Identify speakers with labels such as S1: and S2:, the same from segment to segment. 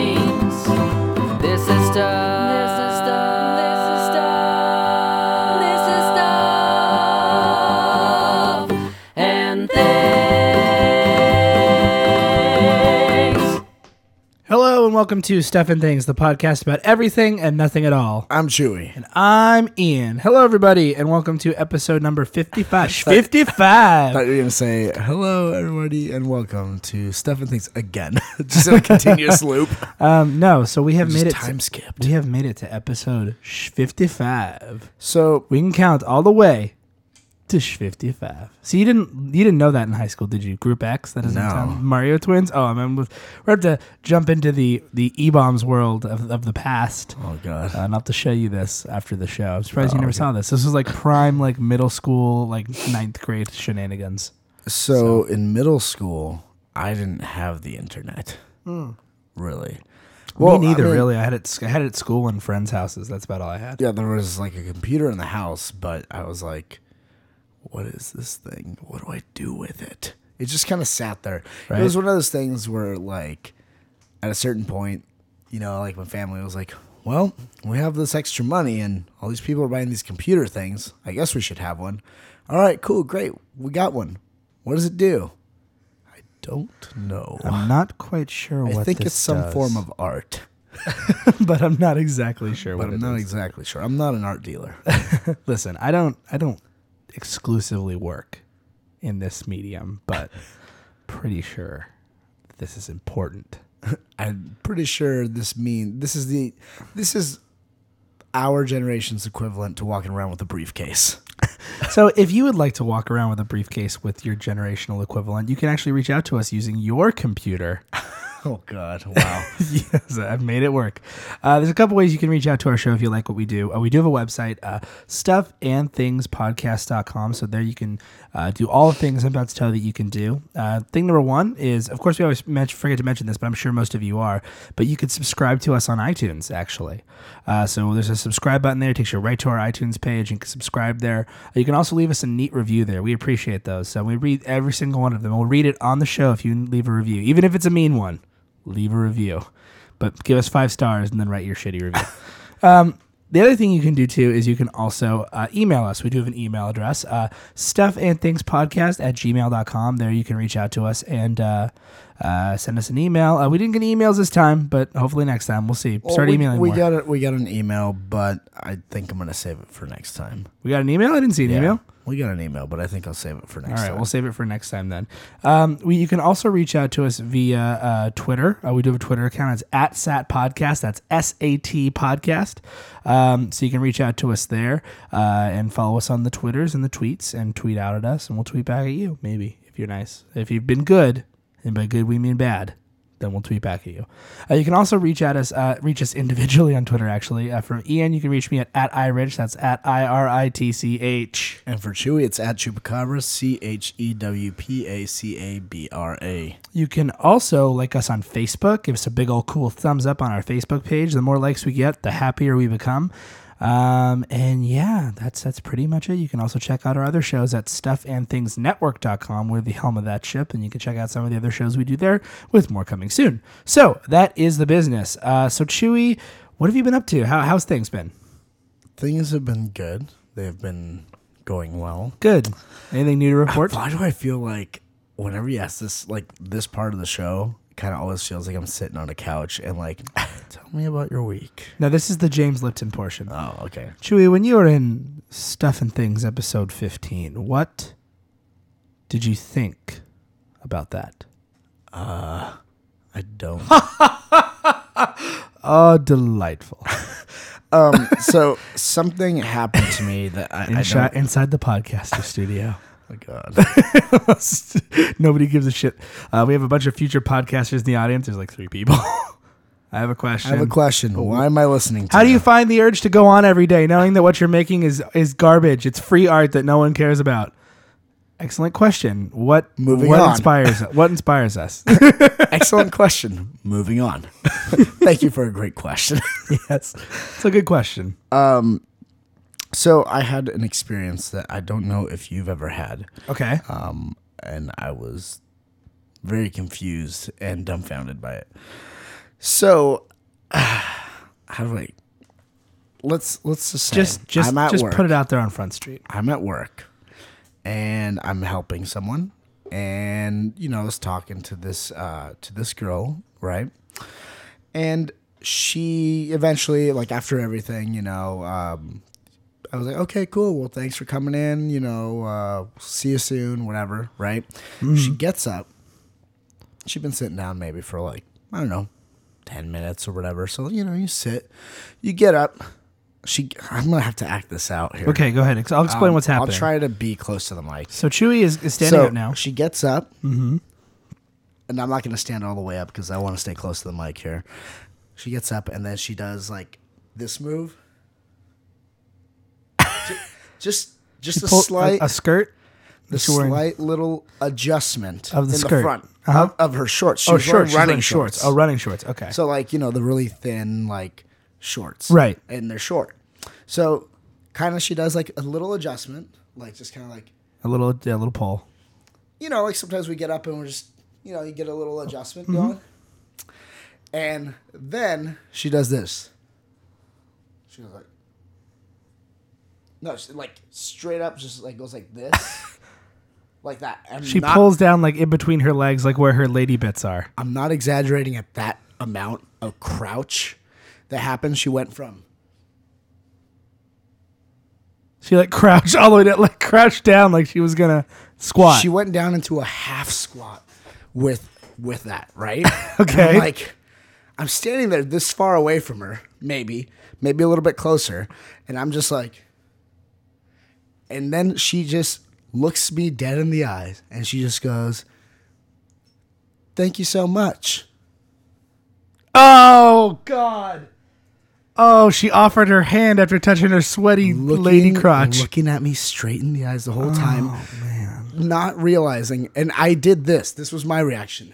S1: This is stuff. This is stuff. This is stuff. This is stuff. And things.
S2: Hello and welcome to Stuff and Things, the podcast about everything and nothing at all.
S3: I'm Chewy.
S2: And I'm Ian. Hello, everybody, and welcome to episode number 55.
S3: I thought
S2: 55.
S3: you were gonna say hello, everybody, and welcome to Stuff and Things again, just in a continuous loop.
S2: Um, no, so we have
S3: Just
S2: made it.
S3: time
S2: to,
S3: skipped.
S2: we have made it to episode sh- 55.
S3: So
S2: We can count all the way to sh- 55. See, you didn't you didn't know that in high school, did you? Group X, that doesn't
S3: No.
S2: sound Mario Twins. Oh, I mean, we're we're gonna have to jump into the the e bombs world of, of the past.
S3: Oh god.
S2: Uh, and I'll have to show you this after the show. I'm
S3: Oh,
S2: surprised you never saw this. This was like prime, like middle school, like ninth grade shenanigans.
S3: So, in middle school, I didn't have the internet. Really.
S2: Me neither,
S3: Hmm. I mean,
S2: really. I had it. s- I had it at school and friends' houses. That's about all I had.
S3: Yeah, there was like a computer in the house, but I was like, "What is this thing? What do I do with it?" It just kind of sat there.
S2: Right.
S3: It was one of those things where, like, at a certain point, you know, like my family was like, "Well, we have this extra money, and all these people are buying these computer things. I guess we should have one." All right, cool, great, we got one. What does it do? I don't know.
S2: I'm not quite sure
S3: I
S2: what
S3: think
S2: this
S3: it's some
S2: does,
S3: form of art,
S2: but I'm not exactly sure what
S3: but I'm
S2: it
S3: not
S2: is.
S3: exactly sure. I'm not an art dealer.
S2: Listen, I don't. I don't exclusively work in this medium, but pretty sure this is important.
S3: I'm pretty sure this mean this is the this is our generation's equivalent to walking around with a briefcase.
S2: So, if you would like to walk around with a briefcase with your generational equivalent, you can actually reach out to us using your computer.
S3: Oh God! Wow.
S2: yes, I've made it work. Uh, there's a couple ways you can reach out to our show if you like what we do. Uh, we do have a website, uh, stuffandthingspodcast.com. So there you can uh, do all the things I'm about to tell you that you can do. Uh, thing number one is, of course, we always men- forget to mention this, but I'm sure most of you are, but you could subscribe to us on iTunes, actually. Uh, so there's a subscribe button there. It takes you right to our iTunes page. You can subscribe there. Uh, You can also leave us a neat review there. We appreciate those. So we read every single one of them. We'll read it on the show if you leave a review, even if it's a mean one leave a review, but give us five stars and then write your shitty review. um, the other thing you can do too is you can also uh, email us. We do have an email address, uh, stuffandthingspodcast at gmail.com. There you can reach out to us and uh, uh, send us an email. Uh, we didn't get any emails this time, but hopefully next time. We'll see. Start
S3: we,
S2: emailing
S3: We
S2: more.
S3: got it. We got an email, but I think I'm gonna save it for next time.
S2: we got an email? I didn't see an email.
S3: We got an email, but I think I'll save it for next
S2: All right,
S3: time.
S2: we'll save it for next time then. Um, we, you can also reach out to us via uh, Twitter. Uh, we do have a Twitter account. It's at Sat Podcast. That's S A T Podcast. Um, so you can reach out to us there uh, and follow us on the Twitters and the tweets and tweet out at us, and we'll tweet back at you. Maybe if you're nice, if you've been good, and by good we mean bad then we'll tweet back at you. Uh, you can also reach at us, uh, reach us individually on Twitter. Actually, uh, from Ian, you can reach me at at irich. That's at i r i t c h.
S3: and for Chewy, it's at Chupacabra. C H E W P A C A B R A.
S2: You can also like us on Facebook. Give us a big old cool thumbs up on our Facebook page. The more likes we get, the happier we become. Um, and yeah, that's that's pretty much it. You can also check out our other shows at stuffandthingsnetwork.com. We're the helm of that ship, and you can check out some of the other shows we do there with more coming soon. So that is the business. Uh, so Chewy, what have you been up to? How, how's things been?
S3: Things have been good. They've been going well.
S2: Good. Anything new to report?
S3: Why do I feel like whenever you ask this, like this part of the show, kind of always feels like I'm sitting on a couch and like, tell me about your week.
S2: No, this is the James Lipton portion.
S3: Oh, okay.
S2: Chewy, when you were in Stuff and Things episode 15, what did you think about that?
S3: I don't.
S2: Oh, delightful.
S3: um. So something happened to me that I, I
S2: Inside,
S3: don't.
S2: inside the podcaster studio.
S3: Oh God.
S2: Nobody gives a shit. Uh, we have a bunch of future podcasters in the audience. There's like three people. I have a question.
S3: I have a question. Why am I listening to
S2: How do you find the urge to go on every day, knowing that what you're making is is garbage? It's free art that no one cares about. Excellent question. What
S3: Moving
S2: what
S3: on.
S2: inspires what inspires us?
S3: Excellent question. Moving on. Thank you for a great question.
S2: yes, it's a good question.
S3: so I had an experience that I don't know if you've ever had,
S2: Okay,
S3: um, and I was very confused and dumbfounded by it. So, how do I? Let's let's just say
S2: just just
S3: I'm at
S2: just
S3: work.
S2: put it out there on Front Street.
S3: I'm at work and I'm helping someone and you know, I was talking to this uh to this girl, right? And she eventually like after everything, you know, um I was like, okay, cool. Well, thanks for coming in. You know, uh, see you soon, whatever. Right? She gets up. She'd been sitting down maybe for like, I don't know, 10 minutes or whatever. So, you know, you sit, you get up. She, I'm going to have to act this out here.
S2: Okay, go ahead. Ex- I'll explain
S3: Um,
S2: what's happening.
S3: I'll try to be close to the mic.
S2: So Chewy is, is standing
S3: so
S2: up now. Mm-hmm.
S3: She gets up, and I'm not going to stand all the way up because I want to stay close to the mic here. She gets up, and then she does like this move. Ju- just, just a
S2: Pull-
S3: slight,
S2: a, skirt.
S3: the
S2: she's wearing-
S3: slight little adjustment
S2: Of the
S3: in
S2: skirt.
S3: the front
S2: Uh-huh.
S3: of, of her shorts. She
S2: Oh,
S3: was wearing
S2: shorts. She's
S3: running,
S2: wearing
S3: shorts.
S2: Oh, running shorts. Okay.
S3: So like you know the really thin like shorts,
S2: Right.
S3: And they're short, so kind of she does like a little adjustment, like just kind of like
S2: a little yeah, a little pull.
S3: you know, like sometimes we get up and we're just, you know, you get a little adjustment
S2: Mm-hmm.
S3: going. And then she does this. She goes like, no, she, like straight up, just like goes like this, like that. I'm
S2: She
S3: not,
S2: pulls down like in between her legs, like where her lady bits are.
S3: I'm not exaggerating at that amount of crouch that happened. She went from
S2: She like crouched all the way down, like crouched down, like she was gonna squat.
S3: She went down into a half squat with with that, right?
S2: Okay.
S3: And I'm like I'm standing there this far away from her, maybe, maybe a little bit closer, and I'm just like and then she just looks me dead in the eyes and she just goes, "Thank you so much."
S2: Oh God. Oh, she offered her hand after touching her sweaty lady crotch. Oh,
S3: looking at me straight in the eyes the whole time, not realizing. And I did this. This was my reaction.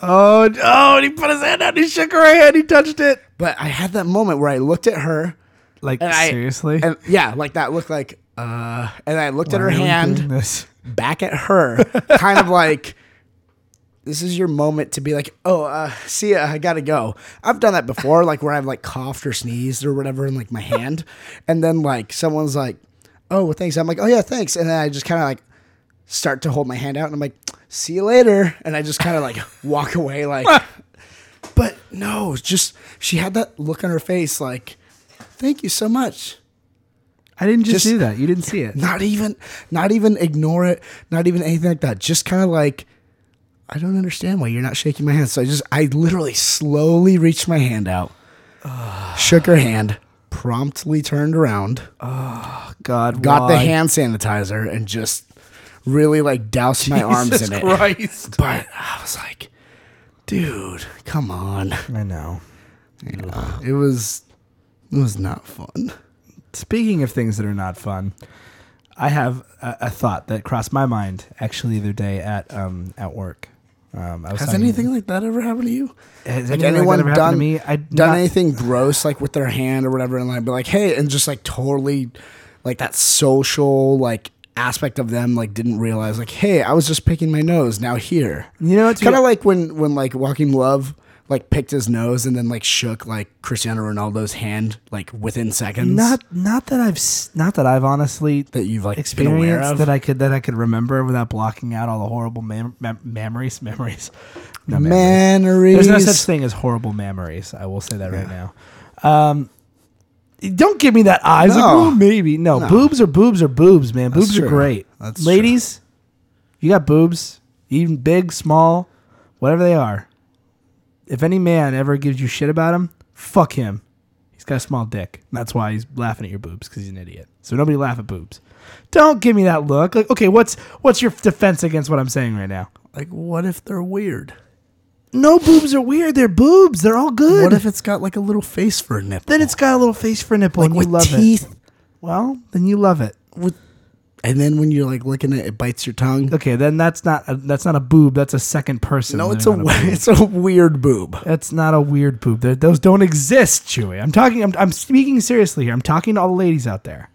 S2: Oh, and- oh, and he put his hand out. He shook her hand. He touched it.
S3: But I had that moment where I looked at her
S2: Like
S3: And I-
S2: seriously.
S3: and yeah, like that looked like uh and I looked at her
S2: Why are we doing
S3: hand
S2: this?
S3: back at her, kind of like this is your moment to be like, oh, uh, see ya, I gotta go. I've done that before, like where I've like coughed or sneezed or whatever in like my hand, and then like someone's like, oh, well, thanks. I'm like, oh yeah, thanks, and then I just kind of like start to hold my hand out, and I'm like, see you later, and I just kind of like walk away, like, but no, just she had that look on her face, like, thank you so much.
S2: I didn't just,
S3: just-
S2: do that. You didn't see it.
S3: not even not even ignore it not even anything like that just kind of like i don't understand why you're not shaking my hand so i just i literally slowly reached my hand out shook her hand promptly turned around
S2: Oh God.
S3: got the
S2: why?
S3: hand sanitizer and just really like doused my arms
S2: Jesus
S3: in it
S2: Christ.
S3: but i was like dude come on
S2: I know.
S3: it was it was not fun
S2: Speaking of things that are not fun, I have a, a thought that crossed my mind actually the other day at um at work. Um, I was
S3: has
S2: talking-
S3: anything like that ever happened to you
S2: Has anything
S3: Like
S2: like
S3: anyone
S2: that ever happened
S3: done
S2: to me? I
S3: done
S2: not-
S3: anything gross like with their hand or whatever, and like be like, hey, and just like totally, like that social like aspect of them like didn't realize like, hey, I was just picking my nose now here.
S2: You know what's
S3: Kind of like when when like Walking Love like picked his nose and then like shook like Cristiano Ronaldo's hand like within seconds.
S2: not not that I've s- not that I've honestly
S3: that you've like been aware
S2: experience
S3: of.
S2: that I could that I could remember without blocking out all the horrible mem- mem- memories memories. No memories.
S3: Memories.
S2: There's no such thing as horrible memories. I will say that right now. Um, don't give me that eyes. Like,
S3: No.
S2: "Ooh, maybe no. Boobs are boobs are boobs, man. boobs are
S3: true.
S2: great.
S3: That's
S2: Ladies, you got boobs, even big, small, whatever they are. If any man ever gives you shit about him, fuck him. He's got a small dick. That's why he's laughing at your boobs because he's an idiot. So nobody laugh at boobs. Don't give me that look. Like, okay, what's what's your defense against what I'm saying right now?
S3: Like, what if they're weird?
S2: No boobs are weird. They're boobs. They're all good.
S3: What if it's got like a little face for a nipple?
S2: then it's got a little face for a nipple
S3: like
S2: and you
S3: with
S2: love it?
S3: teeth.
S2: Well, then you love it.
S3: With, and then when you're like looking at it, it bites your tongue.
S2: Okay, then that's not a, that's not a boob. That's a second person.
S3: No, it's a
S2: living on boob.
S3: it's a weird boob.
S2: That's not a weird boob. Th- Those don't exist, Chewy. I'm talking. I'm, I'm speaking seriously here. I'm talking to all the ladies out there.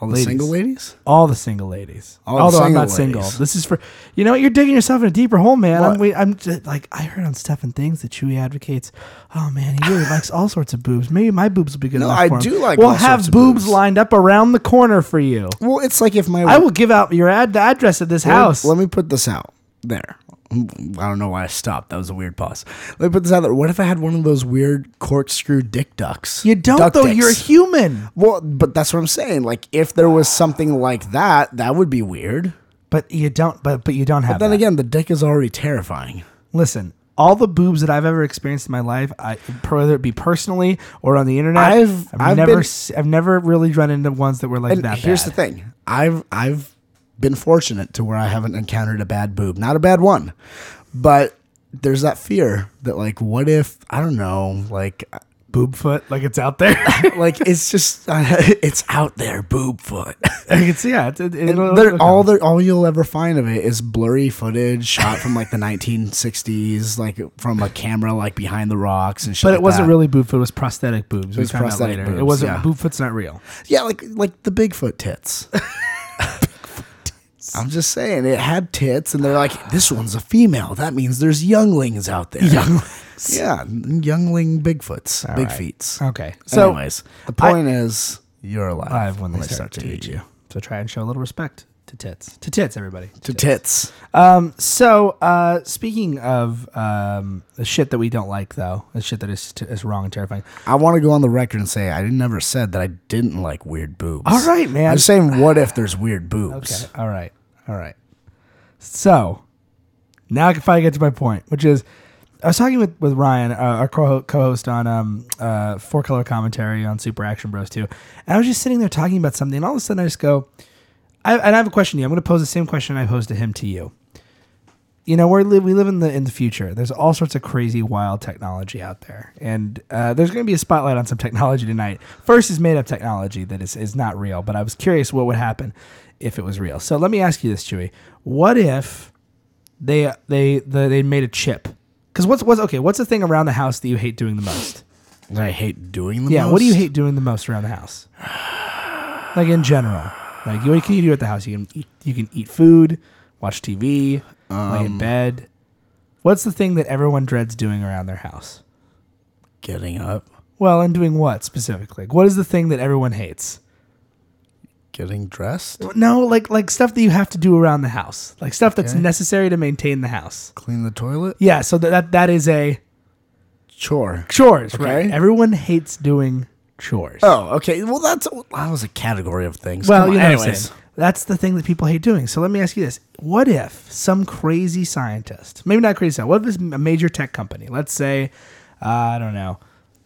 S3: All
S2: Ladies.
S3: the single ladies.
S2: All the single ladies.
S3: All the
S2: Although I'm
S3: single
S2: not single.
S3: ladies.
S2: This is for you know what? you're digging yourself in a deeper hole, man. I'm,
S3: What?
S2: wait- I'm just, like I heard on Stefan Things that Chewy advocates. Oh man, he really likes all sorts of boobs. Maybe my boobs will be good
S3: No,
S2: enough.
S3: I
S2: for him.
S3: do like
S2: We'll
S3: all
S2: have
S3: sorts of
S2: boobs,
S3: boobs.
S2: lined up around the corner for you.
S3: Well, it's like if my
S2: I will give out your ad the address of this
S3: Let me-
S2: house.
S3: Let me put this out there. I don't know why I stopped. That was a weird pause. Let me put this out there. What if I had one of those weird corkscrew dick ducks?
S2: you don't
S3: Duck
S2: though.
S3: dicks.
S2: You're a human.
S3: well, but that's what I'm saying. Like, if there was something like that, that would be weird.
S2: But you don't. But but you don't have.
S3: Then
S2: that.
S3: again, the dick is already terrifying.
S2: Listen, all the boobs that I've ever experienced in my life, I per- whether it be personally or on the internet,
S3: I've- I've
S2: never
S3: been-
S2: s- I've never really run into ones that were like
S3: And
S2: that.
S3: here's the
S2: bad.
S3: thing. I've I've been fortunate to where I haven't encountered a bad boob. Not a bad one. But there's that fear that like what if I don't know, like
S2: boob foot, like it's out there.
S3: like it's just uh, it's out there boob foot.
S2: it's yeah, it's, it, it'll-
S3: They're-
S2: it'll
S3: all
S2: come.
S3: they all you'll ever find of it is blurry footage shot from like the 1960s, like from a camera like behind the rocks and shit.
S2: But it
S3: like
S2: wasn't
S3: that.
S2: really boob foot. It was prosthetic boobs. It
S3: was prosthetic
S2: it
S3: boobs,
S2: wasn't
S3: yeah.
S2: boob foot's not real.
S3: yeah, like like the Bigfoot tits. I'm just saying it had tits, and they're like, this one's a female. That means there's younglings out there.
S2: Younglings.
S3: yeah, youngling Bigfoots, big feets.
S2: Okay,
S3: So,
S2: Uh, so
S3: anyways, the point is, you're alive.
S2: I have one
S3: when
S2: that
S3: they
S2: start to eat you. So try and show a little respect to tits, to tits, everybody.
S3: To tits.
S2: Um, so, uh, speaking of um, the shit that we don't like, though, the shit that is, is wrong and terrifying.
S3: I want to go on the record and say I never said that I didn't like weird boobs.
S2: All right, man.
S3: I'm just saying, what if there's weird
S2: Okay.
S3: boobs?
S2: All right. All right. So now I can finally get to my point, which is I was talking with, with Ryan, uh, our co host on um, uh, Four Color Commentary on Super Action Bros 2. And I was just sitting there talking about something, and all of a sudden I just go, I, and I have a question to you. I'm going to pose the same question I posed to him to you. You know, we live we live in the in the future. There's all sorts of crazy, wild technology out there, and uh, there's going to be a spotlight on some technology tonight. First is made up technology that is is not real, but I was curious what would happen if it was real. So let me ask you this, Chewy: What if they they the, they made a chip? Because what's what's okay? What's the thing around the house that you hate doing the most?
S3: That I hate doing them.
S2: Yeah, what do you hate doing the most around the house? Like in general, like you- what can you do at the house? You can eat, you can eat food, watch TV, lay
S3: Um,
S2: in bed. What's the thing that everyone dreads doing around their house?
S3: Getting up,
S2: Well, and doing what specifically? What is the thing that everyone hates?
S3: getting dressed,
S2: No, like like stuff that you have to do around the house, like stuff that's
S3: Okay.
S2: necessary to maintain the house.
S3: clean the toilet,
S2: Yeah, so that that, that is a
S3: chore.
S2: chores, right?
S3: Okay.
S2: Everyone hates doing chores.
S3: Oh, okay. Well, that's that was a category of things.
S2: Well,
S3: Come on.
S2: you know, what I'm
S3: anyways,
S2: saying. that's the thing that people hate doing. So let me ask you this: What if some crazy scientist, maybe not crazy, scientist, what if it's a major tech company? Let's say, uh, I don't know,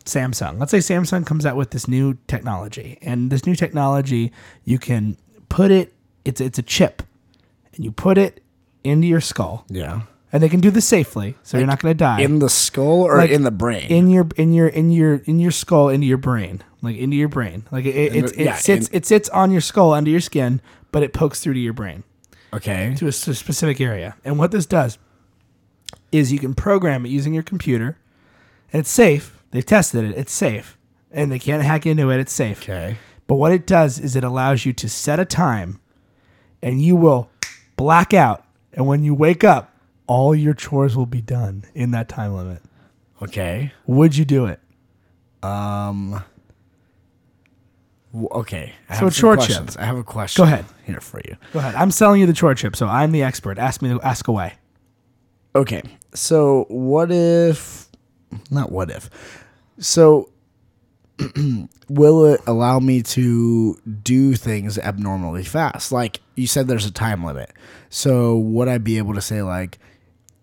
S2: Samsung. Let's say Samsung comes out with this new technology, and this new technology, you can put it. It's it's a chip, and you put it into your skull,
S3: yeah,
S2: and they can do this safely, so you're not going to die
S3: in the skull or
S2: Like,
S3: in the brain.
S2: in your in your in your in your skull into your brain like into your brain like it it,
S3: In
S2: it,
S3: the-
S2: it
S3: yeah,
S2: sits
S3: in-
S2: it sits on your skull under your skin but it pokes through to your brain
S3: okay,
S2: to a s- specific area and what this does is you can program it using your computer and it's safe they've tested it it's safe and they can't hack into it it's safe
S3: okay.
S2: but what it does is it allows you to set a time and you will black out and when you wake up all your chores will be done in that time limit
S3: Okay.
S2: would you do it
S3: Um. w- Okay. I
S2: So
S3: have
S2: it's
S3: some
S2: short
S3: questions. I have a question.
S2: Go ahead.
S3: Here for you.
S2: Go ahead. I'm selling you the chore chip, so I'm the expert. Ask me to ask away.
S3: Okay. So what if not what if? So will it allow me to do things abnormally fast? Like you said there's a time limit. So would I be able to say like,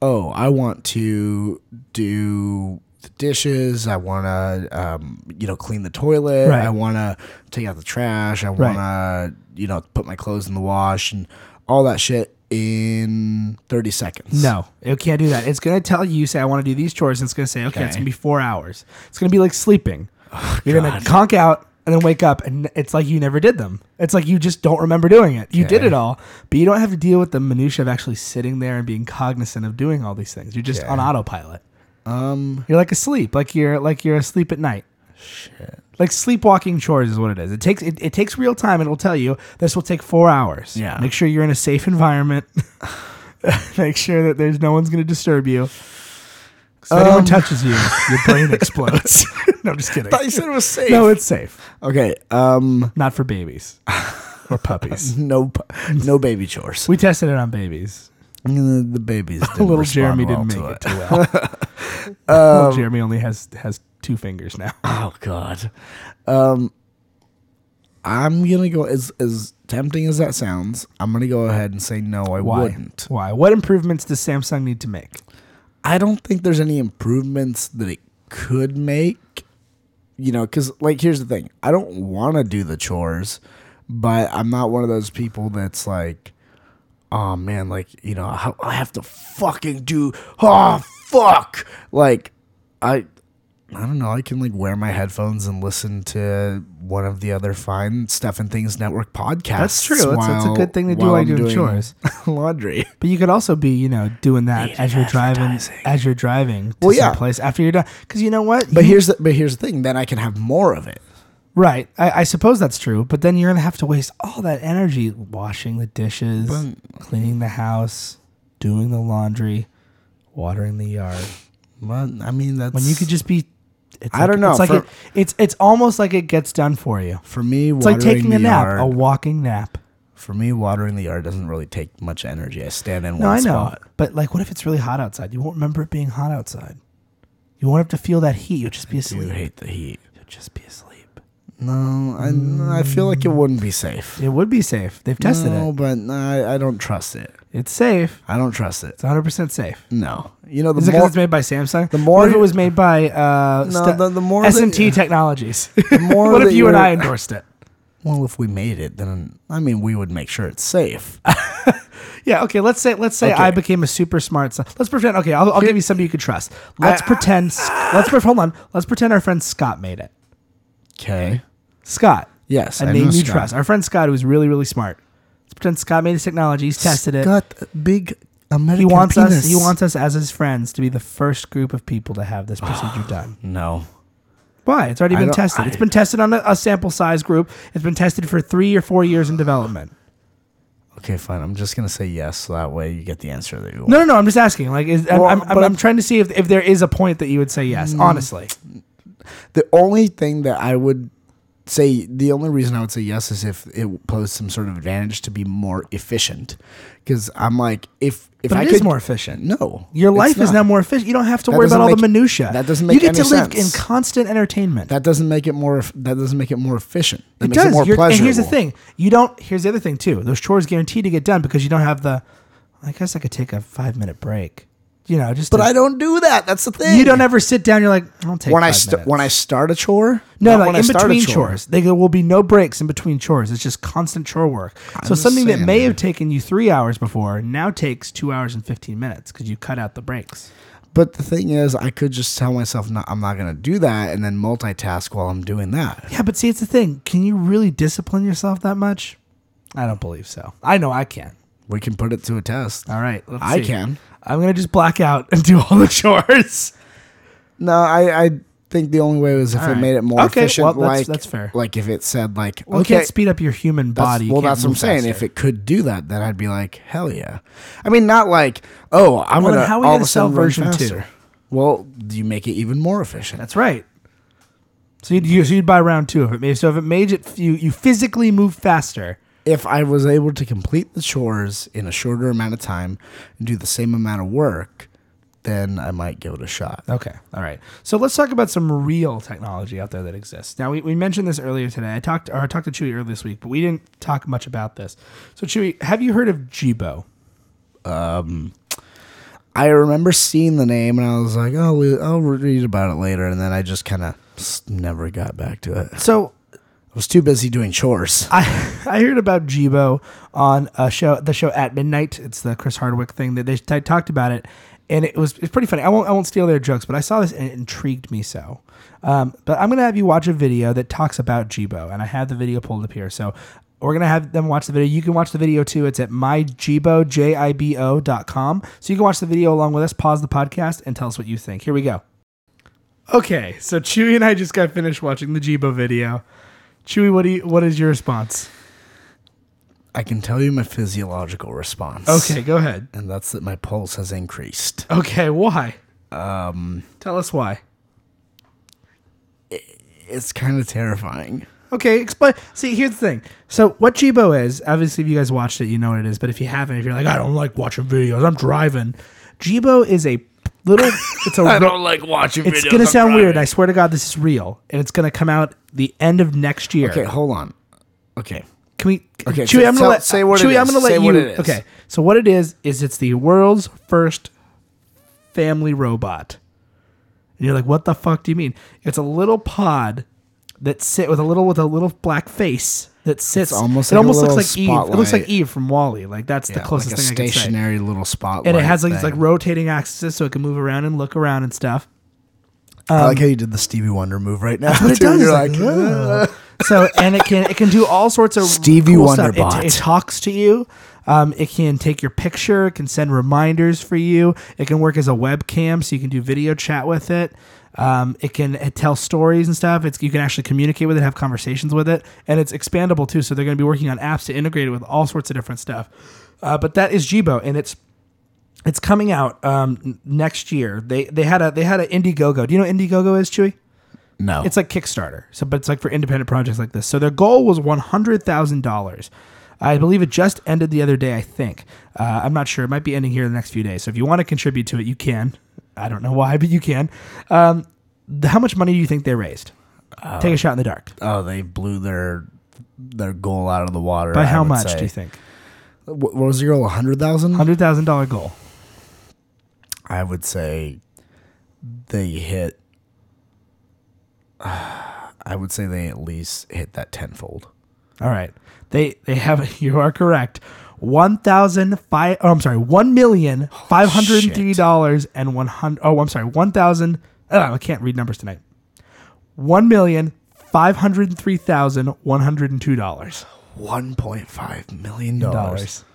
S3: "Oh, I want to do the dishes. I want to, um, you know, clean the toilet.
S2: Right.
S3: I want to take out the trash. I
S2: Right.
S3: want to, you know, put my clothes in the wash and all that shit in 30 seconds.
S2: No, it can't do that. It's gonna tell you, say, I want to do these chores, and it's gonna say, okay, it's
S3: Okay. Oh,
S2: gonna be four hours. It's gonna be like sleeping. You're gonna
S3: God.
S2: conk out and then wake up, and it's like you never did them. It's like you just don't remember doing it. You did
S3: Okay.
S2: it all, but you don't have to deal with the minutia of actually sitting there and being cognizant of doing all these things. You're just on autopilot.
S3: Um,
S2: You're like asleep, like you're like you're asleep at night. Shit. Like sleepwalking chores is what it is. It takes it, it takes real time. and It'll tell you this will take four hours.
S3: Yeah.
S2: Make sure you're in a safe environment. Make sure that there's no one's going to disturb you. 'Cause If anyone touches you, your brain explodes. no, I'm just kidding.
S3: thought you said it was safe.
S2: No, it's safe.
S3: okay. Um,
S2: Not for babies or puppies.
S3: no, no baby chores.
S2: We tested it on babies.
S3: Mm, the babies. Didn't
S2: Little
S3: respond
S2: Jeremy
S3: well
S2: didn't make
S3: to
S2: it. Um, too well. Little Jeremy only has has two fingers now.
S3: Oh God. Um, I'm gonna go as as tempting as that sounds. I'm gonna go ahead and say no. I
S2: Why?
S3: wouldn't.
S2: Why? What improvements does Samsung need to make?
S3: I don't think there's any improvements that it could make. You know, because like here's the thing: I don't want to do the chores, but I'm not one of those people that's like, oh man, like you know, I, I have to fucking do. Oh fuck! Like, I, I don't know. I can like wear my headphones and listen to one of the other fine Stefan Things Network podcasts.
S2: That's true. That's- that's a
S3: while-
S2: good thing to do
S3: while
S2: while
S3: I'm
S2: doing chores.
S3: laundry.
S2: But you could also be, you know, doing that as you're driving,
S3: advertising.
S2: as you're driving to
S3: Well, yeah.
S2: some place after you're done. Because you know what?
S3: But
S2: You-
S3: here's the but here's the thing. Then I can have more of it.
S2: right, I, I suppose that's true. But then you're gonna have to waste all that energy washing the dishes, cleaning the house, doing the laundry, watering the yard.
S3: Well, I mean, that's
S2: When you could just be, it's
S3: I
S2: like-
S3: don't know,
S2: It's like
S3: for-
S2: it, it's it's almost like it gets done for you.
S3: for me
S2: It's like taking a nap,
S3: yard,
S2: a walking nap.
S3: for me watering the yard doesn't really take much energy. I stand in one
S2: No, I know.
S3: spot.
S2: But like, what if it's really hot outside? You won't remember it being hot outside. You won't have to feel that heat. You'll just be
S3: Do you
S2: asleep.
S3: hate the heat?
S2: You'll just be asleep.
S3: No, I I feel like it wouldn't be safe.
S2: It would be safe. They've tested
S3: no,
S2: it.
S3: but no, I, I don't trust it.
S2: It's safe.
S3: I don't trust it.
S2: It's 100 percent safe.
S3: No, you know the
S2: Is it
S3: more
S2: because it's made by Samsung? The
S3: more
S2: what if it
S3: you-
S2: was made by uh,
S3: No,
S2: stu-
S3: the- the more that-
S2: S and T Technologies?
S3: more
S2: what if
S3: that
S2: you and
S3: you're-
S2: I endorsed it?
S3: well, if we made it, then I mean we would make sure it's safe.
S2: Yeah. Okay. Let's say let's say
S3: Okay.
S2: I became a super smart. Son. Let's pretend. Okay. I'll, I'll give you somebody you could trust. Let's pretend. S- let's pre- hold on. Let's pretend our friend Scott made it.
S3: Okay.
S2: Scott.
S3: Yes,
S2: A
S3: I
S2: name
S3: know
S2: you
S3: Scott.
S2: trust. Our friend Scott, who's really really smart. Let's pretend Scott made his technology. He's tested it.
S3: Got a big
S2: He
S3: American
S2: wants us.
S3: penis.
S2: He wants us as his friends to be the first group of people to have this procedure done.
S3: no.
S2: Why? It's already
S3: I
S2: been
S3: don't-
S2: tested.
S3: I-
S2: it's been tested on a, a sample size group. It's been tested for three or four years in development.
S3: Okay, fine. I'm just gonna say yes. So that way you get the answer that you want.
S2: No, no, no. I'm just asking. Like, is, I'm-
S3: Well,
S2: I'm, I'm,
S3: but Mm.
S2: I'm,
S3: I'm-
S2: trying to see if, if there is a point that you would say yes. Honestly,
S3: The only thing that I would say, the only reason I would say yes is if it posed some sort of advantage to be more efficient. Because I'm like, if if
S2: But
S3: I
S2: it
S3: could,
S2: is more efficient.
S3: No,
S2: your
S3: it's
S2: life is
S3: not.
S2: now more efficient. You don't have to
S3: That
S2: worry about
S3: doesn't
S2: all the
S3: make-
S2: minutia.
S3: that doesn't make
S2: You get
S3: any
S2: to live
S3: sense.
S2: in constant entertainment.
S3: That doesn't make it more. That doesn't make it more efficient. That
S2: it
S3: makes
S2: does.
S3: It more
S2: You're- and here's the
S3: pleasurable.
S2: thing: you don't. Here's the other thing too. Those chores guaranteed to get done because you don't have the. I guess I could take a five minute break. You know, just.
S3: But
S2: to-
S3: I don't do that. That's the thing.
S2: You don't ever sit down. You're like, I'll take.
S3: when I
S2: five
S3: st-
S2: minutes."
S3: when I start a chore.
S2: No,
S3: not
S2: like
S3: when
S2: in
S3: I start a
S2: between
S3: chore.
S2: chores. They, there will be no breaks in between chores. It's just constant chore work. so
S3: just
S2: something that
S3: saying,
S2: may
S3: man.
S2: have taken you three hours before now takes two hours and 15 minutes because you cut out the breaks.
S3: But the thing is, I could just tell myself not, I'm not going to do that, and then multitask while I'm doing that.
S2: Yeah, but see, it's the thing. Can you really discipline yourself that much? I don't believe so. I know I can.
S3: We can put it to a test.
S2: All right. Let's
S3: I
S2: see.
S3: can.
S2: I'm going to just black out and do all the chores.
S3: No, I, I think the only way was if
S2: All
S3: it
S2: right.
S3: made it more
S2: Okay,
S3: efficient.
S2: well, that's-
S3: like
S2: that's fair.
S3: Like if it said like
S2: Well,
S3: okay,
S2: You can't speed up your human
S3: that's-
S2: body. You
S3: well,
S2: can't
S3: that's what I'm
S2: move
S3: saying.
S2: faster.
S3: If it could do that, then I'd be like hell yeah. I mean, not like oh I'm
S2: Well, then
S3: gonna
S2: how are we
S3: all
S2: gonna
S3: of a
S2: sell
S3: sudden run
S2: version two?
S3: faster. Well, do you make it even more efficient?
S2: That's right. So you'd, you, so you'd buy round two of it. Maybe so if it made it you you physically move faster.
S3: If I was able to complete the chores in a shorter amount of time and do the same amount of work, then I might give it a shot.
S2: Okay. All right. So let's talk about some real technology out there that exists. Now we, we mentioned this earlier today. I talked or I talked to Chewy earlier this week, but we didn't talk much about this. So Chewy, have you heard of Jibo?
S3: I remember seeing the name and I was like, oh, we, I'll read about it later. And then I just kind of never got back to it. I
S2: So
S3: was too busy doing chores.
S2: I I heard about Jibo on a show, the show at midnight. It's the Chris Hardwick thing that they, they talked about it, and it was it's pretty funny. I won't I won't steal their jokes, but I saw this and it intrigued me so. Um, but I'm gonna have you watch a video that talks about Jibo, and I have the video pulled up here. So we're gonna have them watch the video. You can watch the video too. It's at myjibo j i b o dot com. So you can watch the video along with us. Pause the podcast and tell us what you think. Here we go. Okay, so Chewy and I just got finished watching the Jibo video. Chewy, what do you, what is your response?
S3: I can tell you my physiological response.
S2: Okay, go ahead.
S3: And that's that my pulse has increased.
S2: Okay, why? Um, tell us why.
S3: It's kind of terrifying.
S2: Okay, explain. See, here's the thing. So, what Jibo is, obviously, if you guys watched it, you know what it is. But if you haven't, if you're like, I don't like watching videos, I'm driving. Jibo is a little. It's a.
S3: I don't like watching videos.
S2: it's gonna
S3: I'm
S2: sound weird.
S3: driving.
S2: I swear to God, this is real, and it's gonna come out the end of next year.
S3: Okay, hold on. Okay.
S2: Can we?
S3: Okay,
S2: Chewy, I'm
S3: so
S2: gonna
S3: tell-
S2: let
S3: say what it
S2: Chewy, I'm
S3: is.
S2: gonna let
S3: Say
S2: you.
S3: what it is.
S2: Okay, so what it is is it's the world's first family robot, and you're like, what the fuck do you mean? It's a little pod that sit with a little with a little black face that sits.
S3: almost
S2: it
S3: like a
S2: almost looks
S3: little
S2: like Eve. It looks like
S3: spotlight.
S2: Eve from Wally. Like that's the
S3: Yeah,
S2: closest
S3: like a
S2: thing I can say
S3: stationary little spotlight.
S2: and it has like these
S3: thing.
S2: like rotating axes so it can move around and look around and stuff.
S3: I like how you did the Stevie Wonder move right now.
S2: But um, it
S3: too.
S2: does.
S3: You're
S2: it's like, "Ugh." so and it can it can do all sorts of
S3: Stevie
S2: cool
S3: Wonder
S2: stuff. It-
S3: bot.
S2: It, talks to you. Um, it can take your picture. It can send reminders for you. It can work as a webcam, so you can do video chat with it. Um, it can uh, tell stories and stuff. It's you can actually communicate with it, have conversations with it, and it's expandable too. So they're going to be working on apps to integrate it with all sorts of different stuff. Uh, but that is Jibo, and it's it's coming out um, n- next year. They they had a they had an Indiegogo. Do you know what Indiegogo is, Chewy?
S3: no.
S2: It's like Kickstarter, so but it's like for independent projects like this. So their goal was one hundred thousand dollars. I believe it just ended the other day. I think uh, I'm not sure. It might be ending here in the next few days. So if you want to contribute to it, you can. I don't know why, but you can. Um, th- how much money do you think they raised? Take a shot in the dark.
S3: oh, they blew their their goal out of the water.
S2: By
S3: I
S2: how
S3: would
S2: much
S3: say.
S2: do you think?
S3: Wh- What was your goal? A hundred thousand?
S2: Hundred thousand dollar goal.
S3: I would say they hit. I would say they at least hit that tenfold.
S2: All right. They they have you are correct. One thousand five oh I'm sorry, one million five hundred and three dollars and one hundred oh I'm sorry, one thousand oh, I can't read numbers tonight. One million five hundred and three thousand one hundred and two dollars.
S3: One point five million dollars. Oh,
S2: Dollars.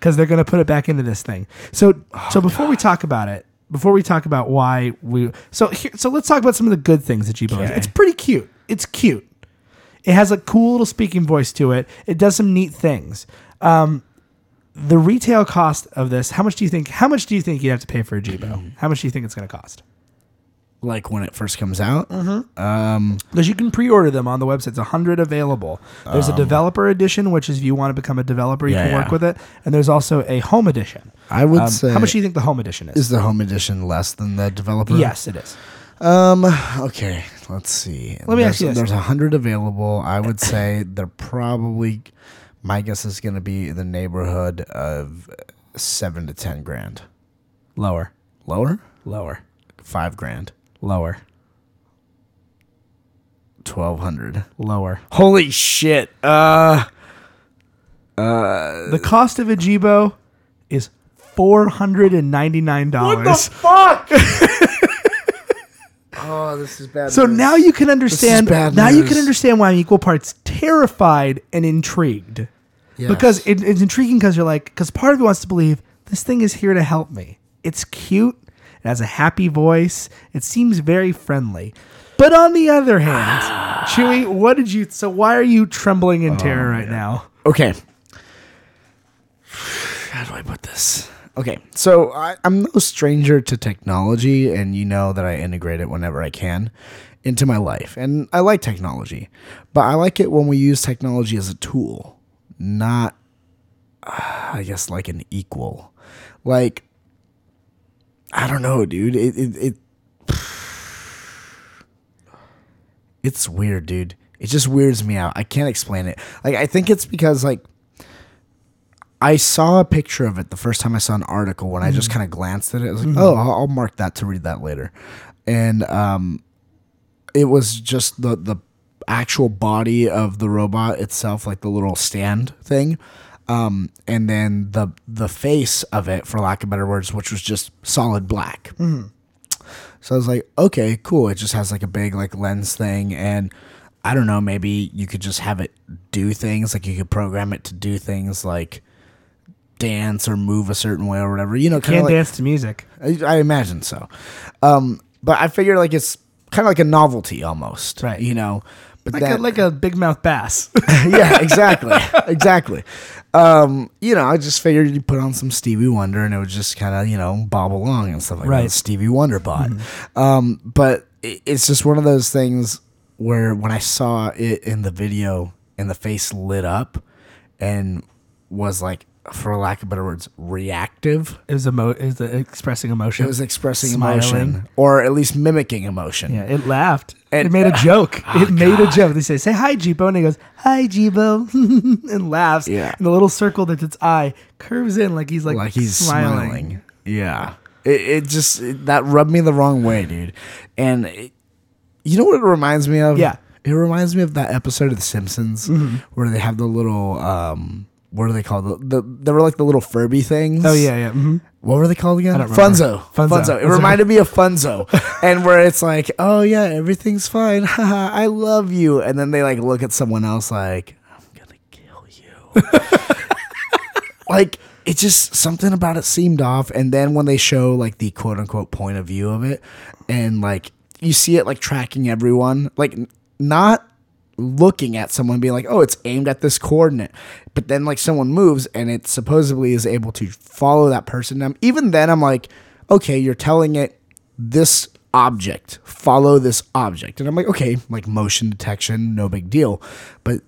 S2: Because they're gonna put it back into this thing. So so before we talk about it, before we talk about why we so here, so let's talk about some of the good things that Jibo has.
S3: Okay.
S2: It's pretty cute. It's cute. It has a cool little speaking voice to it. It does some neat things. Um, the retail cost of this, how much do you think? How much do you think you'd have to pay for a
S3: Mm-hmm.
S2: Jibo? How much do you think it's going to cost?
S3: Like when it first comes out,
S2: Mm-hmm. Because you can pre-order them on the website. It's hundred available. There's a developer edition, which is if you want to become a developer, you
S3: Yeah,
S2: can
S3: Um, yeah.
S2: work with it. And there's also a home edition.
S3: I would
S2: Um,
S3: say.
S2: how much do you think the home edition is?
S3: is the home edition less than the developer?
S2: yes, it is.
S3: Um. Okay. Let's see.
S2: Let me
S3: there's,
S2: ask you this.
S3: There's a hundred available. I would say they're probably. My guess is going to be in the neighborhood of seven to ten grand.
S2: Lower,
S3: Lower?
S2: lower,
S3: Five grand.
S2: lower,
S3: Twelve hundred.
S2: lower.
S3: Holy shit. Uh.
S2: The cost of a Jibo is four hundred and ninety-nine dollars.
S3: fuck? oh, this is bad.
S2: So now you can understand.
S3: bad
S2: Now you
S3: news.
S2: can understand why I'm equal parts terrified and intrigued. Because it, it's intriguing because you're like, because part of you wants to believe this thing is here to help me. It's cute. It has a happy voice. It seems very friendly. But on the other hand, Chewy, what did you? So why are you trembling
S3: Oh,
S2: in terror right now?
S3: Okay. How do I put this? Okay, so I, I'm no stranger to technology, and you know that I integrate it whenever I can into my life. And I like technology, but I like it when we use technology as a tool, not, uh, I guess, like an equal. Like, I don't know, dude. It, it, it it's weird, dude. It just weirds me out. I can't explain it. Like I think it's because like I saw a picture of it the first time I saw an article when I just kind of glanced at it. I was like, oh, I'll, I'll mark that to read that later. And um, it was just the, the actual body of the robot itself, like the little stand thing. Um, and then the the face of it, for lack of better words, which was just solid black. So I was like, okay, cool. It just has like a big like lens thing and I don't know, maybe you could just have it do things like you could program it to do things like dance or move a certain way or whatever. You know, kind
S2: Can't
S3: of like,
S2: dance to music.
S3: I, I imagine so. Um, but I figure like it's kind of like a novelty almost,
S2: Right.
S3: You know, but
S2: Like
S3: then
S2: a, like a big mouth bass.
S3: yeah, exactly, exactly. Um, you know, I just figured you put on some Stevie Wonder and it would just kind of you know bob along and stuff like
S2: Right. Mm-hmm.
S3: that. Stevie Wonder bot. Um, but i- it's just one of those things where when I saw it in the video and the face lit up and was like, for lack of better words, reactive.
S2: it was emo- it was uh, expressing emotion.
S3: It was expressing
S2: Smiling.
S3: emotion, or at least mimicking emotion.
S2: Yeah, it laughed.
S3: And-
S2: it made a joke.
S3: Oh,
S2: it made a
S3: God.
S2: joke. They say, "Say hi, Jibo," and it goes, "Hi, Jibo," and laughs.
S3: Yeah.
S2: And the little circle that's its eye curves in like he's like,
S3: like he's smiling. Yeah. It, it just it- that rubbed me the wrong way, dude. And it, you know what it reminds me of?
S2: Yeah. Mm-hmm.
S3: It reminds me of that episode of The Simpsons where they have the little um what are they called? The, the they were like the little Furby things.
S2: Oh yeah, yeah. mhm.
S3: What were they called again?
S2: don't remember.
S3: Funzo.
S2: Funzo.
S3: Funzo.
S2: That's
S3: It reminded me of Funzo. and where it's like, oh yeah, everything's fine. Haha, I love you. And then they like look at someone else like, I'm gonna kill you. like it just something about it seemed off. And then when they show like the quote unquote point of view of it, and like you see it like tracking everyone, like n- not looking at someone being like, oh, it's aimed at this coordinate. But then like someone moves and it supposedly is able to follow that person. Um, even then, I'm like, okay, you're telling it this object, follow this object. And I'm like, okay, like motion detection, no big deal. But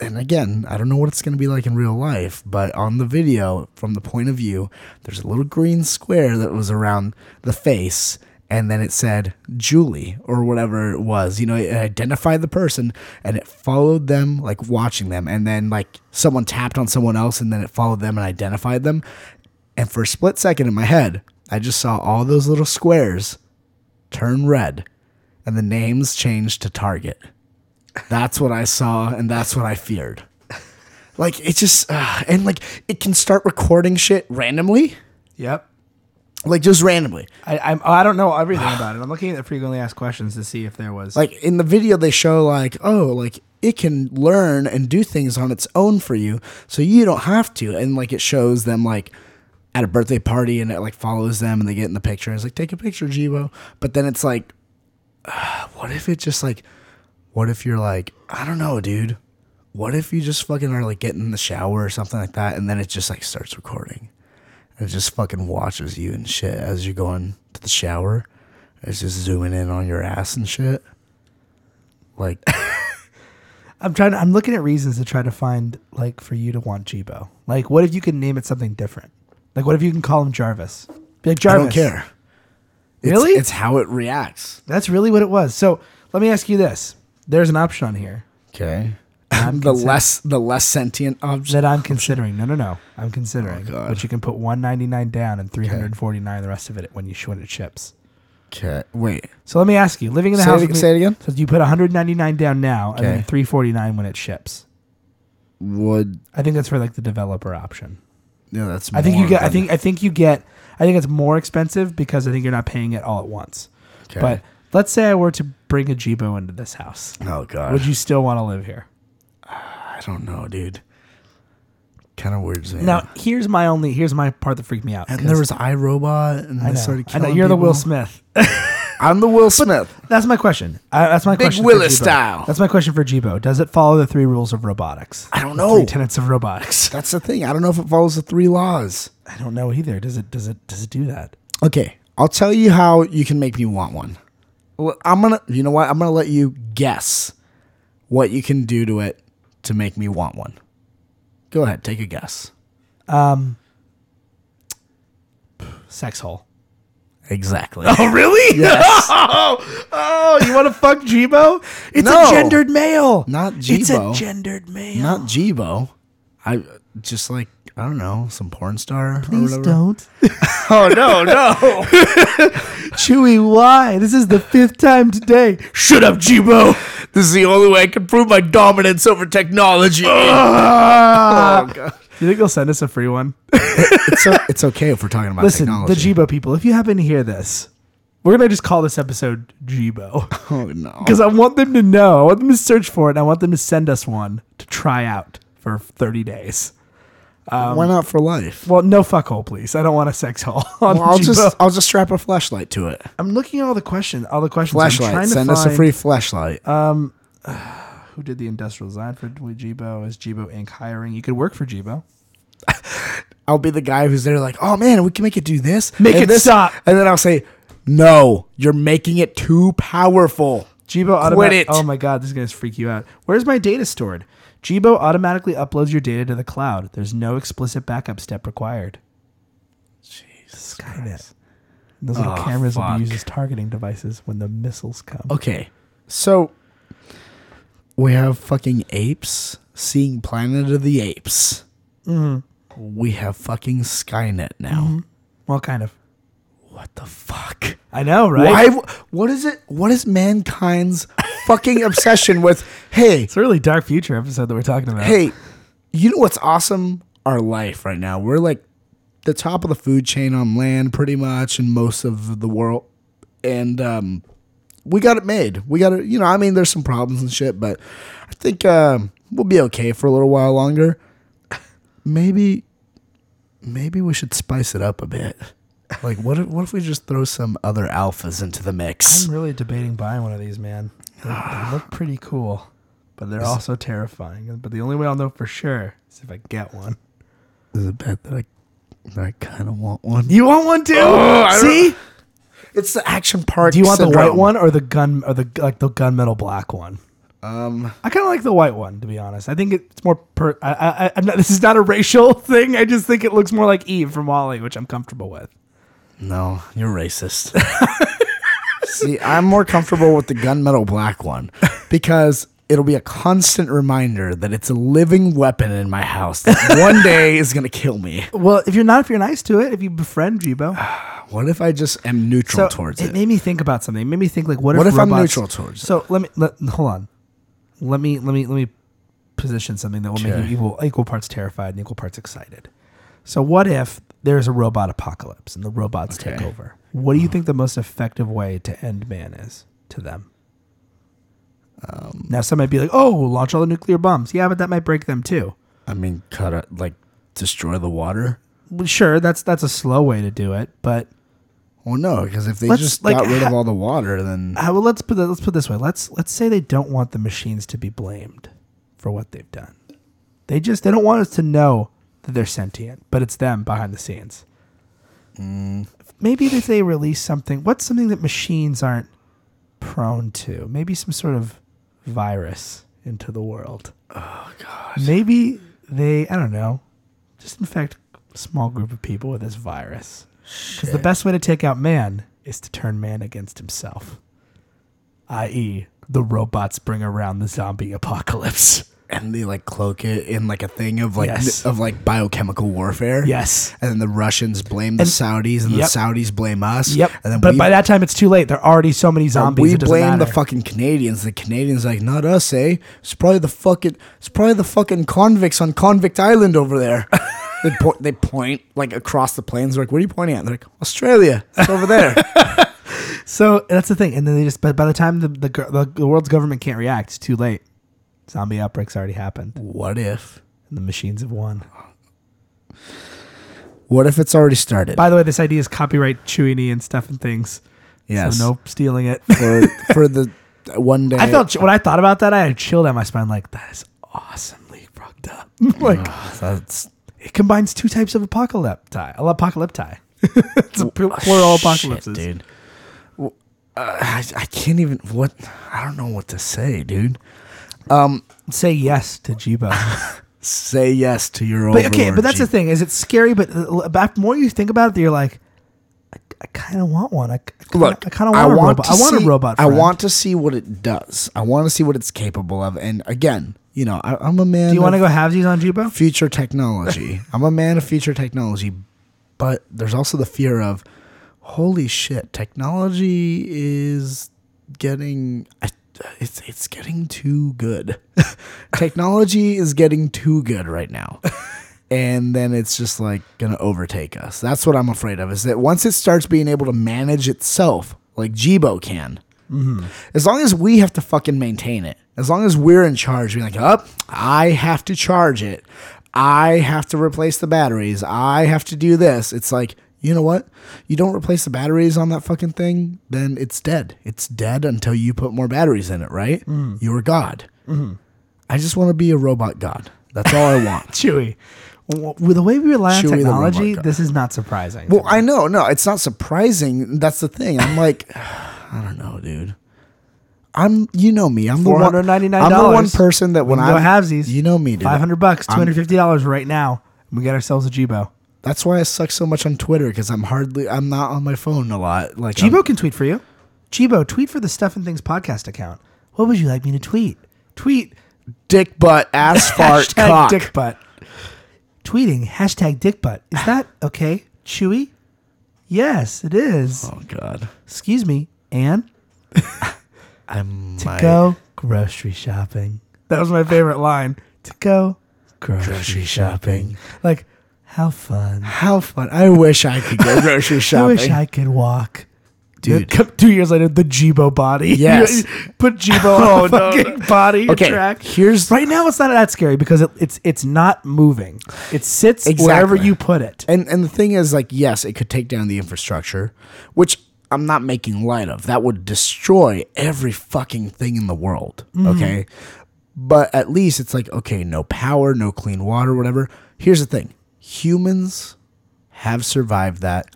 S3: and again, I don't know what it's going to be like in real life, but on the video, from the point of view, there's a little green square that was around the face, and then it said Julie or whatever it was. You know, it identified the person and it followed them, like watching them, and then like someone tapped on someone else, and then it followed them and identified them. And for a split second in my head, I just saw all those little squares turn red, and the names changed to Target. That's what I saw, and that's what I feared. Like it just, uh, and like it can start recording shit randomly,
S2: Yep.
S3: like just randomly.
S2: I I'm, oh, I don't know everything about it. I'm looking at the frequently asked questions to see if there was
S3: Like in the video, they show like, oh, like it can learn and do things on its own for you, so you don't have to. And like it shows them like at a birthday party, and it like follows them, and they get in the picture. And it's like, take a picture, Jibo. But then it's like, uh, what if it just like, what if you're like, I don't know, dude. What if you just fucking are like getting in the shower or something like that, and then it just like starts recording, and it just fucking watches you and shit as you're going to the shower. It's just zooming in on your ass and shit. Like,
S2: I'm trying. To, I'm looking at reasons to try to find like for you to want Jibo. Like, what if you could name it something different? Like, what if you can call him Jarvis? Be like
S3: I
S2: Jarvis.
S3: don't care. It's-
S2: Really?
S3: It's how it reacts.
S2: That's really what it was. So let me ask you this: There's an option on here
S3: Okay. the less the less sentient object.
S2: that I'm considering. No, no, no. I'm considering.
S3: Oh, God.
S2: but you can put 199 down and 349 the rest of it when you sh- when it ships.
S3: Okay. Wait.
S2: So let me ask you: Living in the
S3: Say it
S2: house.
S3: ag-
S2: with me-
S3: say it again?
S2: So you put 199 down now and then
S3: Okay.
S2: 349 when it ships.
S3: Would
S2: I think that's for like the developer option.
S3: no? That's.
S2: I think you
S3: more
S2: get. I
S3: than-
S2: think. I think you get. I think it's more expensive because I think you're not paying it all at once.
S3: Okay.
S2: But let's say I were to bring a Jibo into this house,
S3: Oh god.
S2: would you still want to live here?
S3: I don't know, dude. Kind of weirds me.
S2: Now,
S3: out.
S2: here's my only. Here's my part that freaked me out.
S3: and
S2: 'cause
S3: there was iRobot, and
S2: I
S3: I,
S2: know,
S3: started
S2: I
S3: killing.
S2: know, you're the Will
S3: people.
S2: Smith.
S3: I'm the Will Smith.
S2: That's my question. I, that's my
S3: Big
S2: question. for
S3: Willis
S2: Jibo.
S3: style.
S2: That's my question for Jibo. Does it follow the three rules of robotics?
S3: I don't
S2: The Three
S3: know.
S2: tenets of robotics.
S3: That's the thing. I don't know if it follows the three laws.
S2: I don't know either. Does it? Does it? Does it do that?
S3: Okay, I'll tell you how you can make me want one. Well, I'm gonna, you know what? I'm gonna let you guess what you can do to it to make me want one. Go ahead, take a guess.
S2: Sex hole.
S3: Exactly.
S2: Oh really?
S3: Yes.
S2: oh, oh, you want to fuck Jibo? It's
S3: No.
S2: a gendered male.
S3: Not
S2: It's a
S3: Jibo.
S2: gendered male.
S3: Not Jibo. I just like I don't know, some porn star
S2: Please
S3: or whatever.
S2: don't.
S3: Oh no, no.
S2: Chewy, why? This is the fifth time today.
S3: Shut up, Jibo. This is the only way I can prove my dominance over technology.
S2: Ah.
S3: Oh, God.
S2: you think they'll send us a free one?
S3: It's, o- it's okay if we're talking about
S2: Listen,
S3: technology.
S2: the Jibo people, if you happen to hear this, we're gonna just call this episode Jibo
S3: Oh no.
S2: because I want them to know. I want them to search for it. And I want them to send us one to try out for 30 days.
S3: Why not for life?
S2: Well, no fuck hole, please. I don't want a sex hole on
S3: Well, I'll
S2: Jibo.
S3: just I'll just strap a flashlight to it.
S2: I'm looking at all the questions. All the questions. I'm
S3: Flashlight.
S2: trying
S3: Send
S2: to
S3: us
S2: find Uh,
S3: a free flashlight.
S2: Who did the industrial design for Jibo? Is Jibo Inc. hiring? You could work for Jibo.
S3: I'll be the guy who's there like, oh man, we can make it do this.
S2: Make
S3: and
S2: it
S3: this,"
S2: stop.
S3: And then I'll say, no, you're making it too powerful.
S2: Jibo
S3: Quit
S2: automatic.
S3: it.
S2: Oh my god, this is gonna freak you out. Where's my data stored? Jibo automatically uploads your data to the cloud. There's no explicit backup step required. Jeez, Skynet. Those little
S3: Oh,
S2: cameras will
S3: fuck. Oh.
S2: be used as targeting devices when the missiles come.
S3: Okay. So we have fucking apes seeing Planet of the Apes.
S2: Mm-hmm.
S3: We have fucking Skynet now.
S2: Well, kind of.
S3: What the fuck?
S2: I know, right?
S3: Why? w- What is it? What is mankind's fucking obsession with? Hey,
S2: It's a really dark future episode that we're talking about.
S3: hey, you know what's awesome? Our life right now. We're like the top of the food chain on land, pretty much, in most of the world, and um, we got it made. We got it. You know, I mean, there's some problems and shit, but I think um, we'll be okay for a little while longer. Maybe, maybe we should spice it up a bit. Like, what if, what if we just throw some other alphas into the mix?
S2: I'm really debating buying one of these, man. They, they look pretty cool, but they're also terrifying. But the only way I'll know for sure is if I get one.
S3: There's a bet that I, that I kind of want one.
S2: You want one too? See?
S3: It's the action park.
S2: Do you want the white
S3: syndrome.
S2: one or the gun or the like the gunmetal black one?
S3: Um,
S2: I kind of like the white one to be honest. I think it's more per. I, I, I, I'm not, this is not a racial thing. I just think it looks more like Eve from Wally, which I'm comfortable with.
S3: no, you're racist. See, I'm more comfortable with the gunmetal black one because it'll be a constant reminder that it's a living weapon in my house that one day is gonna kill me.
S2: Well, if you're not, if you're nice to it, if you befriend Jibo,
S3: What if I just am neutral
S2: so
S3: towards
S2: it,
S3: it?
S2: made me think about something. It made me think like, what,
S3: What
S2: if,
S3: if I'm
S2: robots-
S3: neutral towards it?
S2: So let me let, hold on. Let me let me let me position something that will make
S3: Okay.
S2: you equal equal parts terrified and equal parts excited. So what if there's a robot apocalypse and the robots take
S3: Okay. Mm.
S2: over? What do you think the most effective way to end man is to them?
S3: Um,
S2: now some might be like, "Oh, launch all the nuclear bombs." Yeah, but that might break them too.
S3: I mean, cut it like destroy the water.
S2: Well, Sure, that's that's a slow way to do it, but
S3: Well, no, because if they
S2: Let's,
S3: just
S2: like,
S3: got rid of
S2: ha-
S3: all the water, then
S2: Uh, well, let's put that, let's put it this way. Let's let's say they don't want the machines to be blamed for what they've done. They just they don't want us to know that they're sentient, but it's them behind the scenes. Mm. Maybe if they release something, what's something that machines aren't prone to? Maybe some sort of virus into the world. Oh god. Maybe they I don't know. Just infect a small group of people with this virus. Because the best way to take out man is to turn man against himself. I.e., e, the robots bring around the zombie apocalypse.
S3: and they like cloak it in like a thing of like
S2: Yes.
S3: of like biochemical warfare.
S2: Yes.
S3: and then the Russians blame the
S2: And-
S3: Saudis, and
S2: Yep.
S3: the Saudis blame us.
S2: Yep.
S3: And then
S2: but
S3: we,
S2: by that time, it's too late. There are already so many zombies.
S3: we
S2: it doesn't
S3: blame the
S2: matter.
S3: fucking Canadians. The Canadians like not us, eh? It's probably the fucking it's probably the fucking convicts on Convict Island over there. they po- they point like across the plains. They're like, what are you pointing at? They're like, Australia. It's over there.
S2: So that's the thing. And then they just, but by the time the, the, gov- the, the world's government can't react, it's too late. Zombie outbreaks already happened,
S3: what if?
S2: and the machines have won.
S3: What if it's already started?
S2: By the way, this idea is copyright Chewy and Ian stuff and things.
S3: yes.
S2: So no stealing it.
S3: for for the uh, one day.
S2: I felt when I thought about that, I had chilled down my spine. Like that is awesomely fucked up. like
S3: that's
S2: it combines two types of apocalypti. Apocalypti. it's a pl- plural apocalypses.
S3: Oh, dude. W- uh, I, I can't even what I don't know what to say, dude.
S2: Say yes to Jibo.
S3: Say yes to your own.
S2: but okay, but that's the thing. Is it scary? But uh, l- back- the more you think about it, you're like, I, I kind of want one. I,
S3: Look,
S2: I kind of want a robot.
S3: to
S2: I want
S3: see-
S2: a robot.
S3: I
S2: friend.
S3: want to see what it does. I want to see what it's capable of. And again, you know, I, I'm a man.
S2: Do you want to
S3: of
S2: go halvesies on Jubo?
S3: future technology? I'm a man of future technology, but there's also the fear of, holy shit, technology is getting. I, it's it's getting too good. technology is getting too good right now. And then it's just like gonna overtake us. That's what I'm afraid of. Is that once it starts being able to manage itself, like Jibo can, as long as we have to fucking maintain it, as long as we're in charge, being like, up, I have to charge it. I have to replace the batteries. I have to do this. It's like, you know what? You don't replace the batteries on that fucking thing, then it's dead. It's dead until you put more batteries in it, right? You're God. I just want to be a robot God. That's all I want.
S2: Chewy. W- With the way we rely on
S3: Chewy the robot
S2: technology,
S3: guy.
S2: this is not surprising.
S3: Well, I know. No, it's not surprising. That's the thing. I'm like, I don't know, dude. I'm, you know me. I'm the one.
S2: $499.
S3: I'm the one person that when
S2: we can
S3: I
S2: go halvesies,
S3: you know me, dude.
S2: five hundred bucks, two
S3: I'm-
S2: hundred fifty dollars right now, and we get ourselves a Jibo.
S3: That's why I suck so much on Twitter because I'm hardly, I'm not on my phone a lot. Like, I'm-
S2: Jibo can tweet for you. Jibo, tweet for the Stuff and Things podcast account. What would you like me to tweet? Tweet
S3: dick butt, ass fart,
S2: hashtag
S3: cock.
S2: dick butt. Tweeting hashtag dick butt. Is that okay, Chewy? Yes, it is.
S3: Oh God,
S2: Excuse me, Anne.
S3: I'm
S2: To go grocery shopping. That was my favorite line. To go
S3: grocery shopping.
S2: Like, how fun.
S3: How fun! I wish I could go grocery shopping.
S2: I wish I could walk.
S3: Dude.
S2: Come- Two years later, the Jibo body.
S3: Yes. Oh,
S2: Put Jibo on the fucking body
S3: Okay,
S2: track.
S3: here's-
S2: right now it's not that scary because it, it's it's not moving. It sits wherever
S3: Exactly.
S2: you put it.
S3: And and the thing is, like, yes, it could take down the infrastructure, which I'm not making light of. That would destroy every fucking thing in the world. Okay. But at least it's like, okay, no power, no clean water, whatever. Here's the thing. Humans have survived that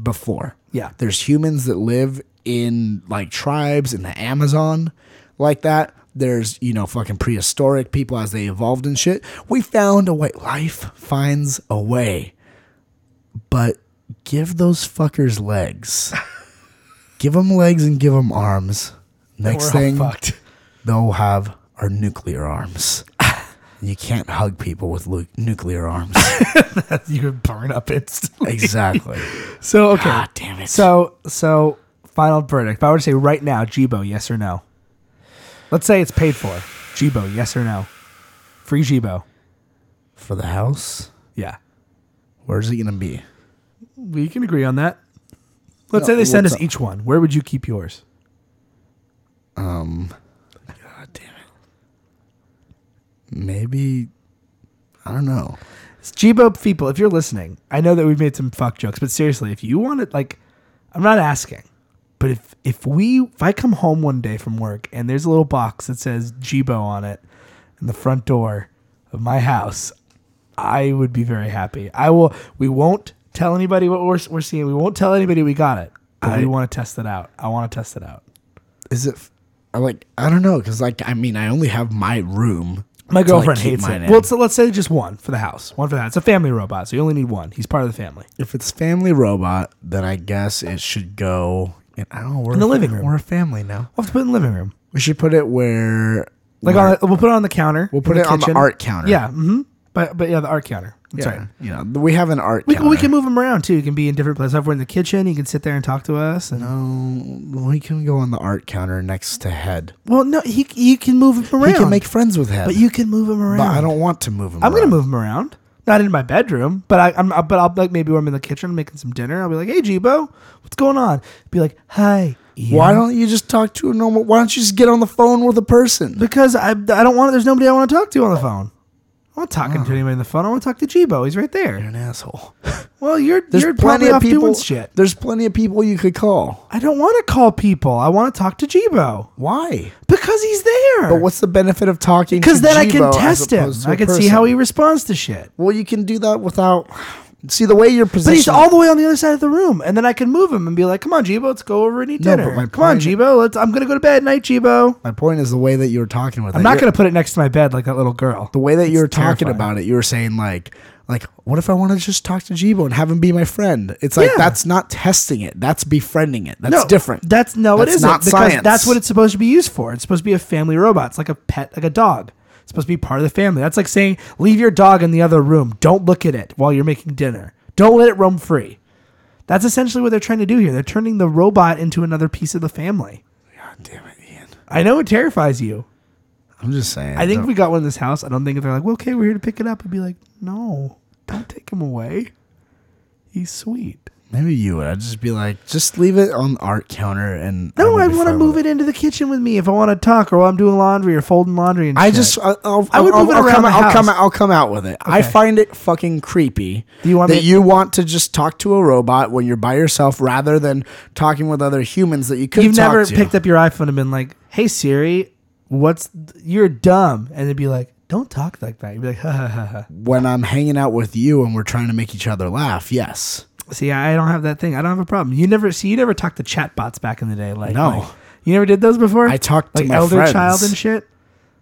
S3: before.
S2: Yeah.
S3: There's humans that live in like tribes in the Amazon like that. There's, you know, fucking prehistoric people as they evolved and shit. We found a way. Life finds a way. But give those fuckers legs. give them legs and give them arms. Next
S2: We're all
S3: thing,
S2: fucked.
S3: they'll have our nuclear arms. you can't hug people with lu- nuclear arms.
S2: you would burn up instantly.
S3: exactly.
S2: So okay.
S3: God damn it.
S2: So so final verdict. If I were to say right now, Jibo, yes or no? Let's say it's paid for. Jibo, yes or no? Free Jibo.
S3: For the house,
S2: Yeah.
S3: where's it going to be?
S2: We can agree on that. Let's
S3: No,
S2: say they send
S3: what's
S2: us
S3: up?
S2: each one. Where would you keep yours?
S3: God damn it. Maybe I don't know.
S2: Jibo people, if you're listening, I know that we've made some fuck jokes, but seriously, if you want it, like, I'm not asking, but if if we if I come home one day from work and there's a little box that says Jibo on it in the front door of my house, I would be very happy. I will. We won't tell anybody what we're we're seeing. We won't tell anybody we got it. But we
S3: I-
S2: want to test it out. I want to test it out.
S3: Is it f- I like I don't know cuz like I mean I only have my room.
S2: My
S3: to, like,
S2: girlfriend
S3: keep
S2: hates it.
S3: mine in.
S2: Well, so let's say just one for the house, one for the house. It's a family robot, so you only need one. He's part of the family.
S3: if it's family robot, then I guess it should go in, I don't know, we're
S2: In the
S3: a-
S2: living room.
S3: We're a family now.
S2: We'll have to put it in the living room.
S3: We should put it where
S2: Like
S3: where-
S2: on the, we'll put it on the counter.
S3: we'll
S2: in
S3: put it on the
S2: kitchen.
S3: art counter.
S2: Yeah. hmm But but yeah, the art counter. That's
S3: Yeah.
S2: right.
S3: You know, we have an art
S2: We,
S3: counter.
S2: we can move him around too. You can be in different places. If we're in the kitchen, you can sit there and talk to us. And
S3: Oh, we can go on the art counter next to head.
S2: well, no, he you can move him around.
S3: We can make friends with head.
S2: but you can move him around.
S3: But I don't want to move him.
S2: I'm gonna
S3: around.
S2: move him around. Not in my bedroom, but I, I'm. But I'll like maybe when I'm in the kitchen making some dinner. I'll be like, "Hey, Jibo, what's going on?" Be like, "Hi." Ian."
S3: Why don't you just talk to a normal? Why don't you just get on the phone with a person?
S2: Because I I don't want. There's nobody I want to talk to on the phone. I'm not
S3: Oh.
S2: talking to anybody on the phone. I want to talk to Jibo. He's right there.
S3: an asshole.
S2: Well, you're
S3: There's
S2: you're probably
S3: plenty of
S2: off
S3: people.
S2: doing shit.
S3: There's plenty of people you could call.
S2: I don't want to call people. I want to talk to Jibo
S3: Why?
S2: because he's there.
S3: But what's the benefit of talking?
S2: Because
S3: to
S2: then I
S3: Jibo
S2: can
S3: as
S2: test him.
S3: opposed to
S2: I
S3: a
S2: can see how
S3: person?
S2: he responds to shit.
S3: Well, you can do that without. See the way you're positioned.
S2: But he's all the way on the other side of the room, and then I can move him and be like, "Come on, Jibo, let's go over and eat
S3: No,
S2: dinner.
S3: but my
S2: Come on,
S3: point-
S2: Jibo, let's. I'm gonna go to bed. Night, Jibo.
S3: My point is the way that you were talking with.
S2: I'm
S3: it.
S2: not
S3: You're-
S2: gonna put it next to my bed like that little girl.
S3: The way that you were talking
S2: terrifying.
S3: about it, you were saying like, like, what if I want to just talk to Jibo and have him be my friend? It's like
S2: Yeah.
S3: that's not testing it. That's befriending it. That's
S2: no,
S3: different.
S2: That's no,
S3: That's
S2: it isn't.
S3: not
S2: because
S3: science.
S2: that's what it's supposed to be used for. It's supposed to be a family robot. It's like a pet, like a dog. It's supposed to be part of the family. That's like saying leave your dog in the other room. Don't look at it while you're making dinner. Don't let it roam free. That's essentially what they're trying to do here. They're turning the robot into another piece of the family.
S3: God damn it, Ian.
S2: I know it terrifies you.
S3: I'm just saying.
S2: I think
S3: don't-
S2: if we got one in this house, I don't think if they're like, well, okay, we're here to pick it up, I'd be like, no, don't take him away. He's sweet.
S3: maybe you would. I'd just be like, just leave it on the art counter and
S2: No, I want to move it into the kitchen with me if I want to talk or while I'm doing laundry or folding laundry. And
S3: I
S2: shit.
S3: just I, I'll,
S2: I would
S3: I'll,
S2: move it
S3: I'll
S2: around
S3: come
S2: the
S3: out, I'll come
S2: house.
S3: out, I'll come out with it. I
S2: Okay.
S3: find it fucking creepy
S2: Do you want
S3: that
S2: me-
S3: you want to just talk to a robot when you're by yourself rather than talking with other humans that you could
S2: you've
S3: talk
S2: never
S3: to.
S2: picked up your iPhone and been like, "Hey Siri, what's th- you're dumb," and it'd be like, "Don't talk like that." You'd be like, "Ha ha ha ha."
S3: when I'm hanging out with you and we're trying to make each other laugh. Yes.
S2: See, I don't have that thing. I don't have a problem. You never see. You never talked to chatbots back in the day. Like,
S3: No.
S2: like- you never did those before.
S3: I talked to
S2: like
S3: my
S2: elder
S3: friends.
S2: child and shit.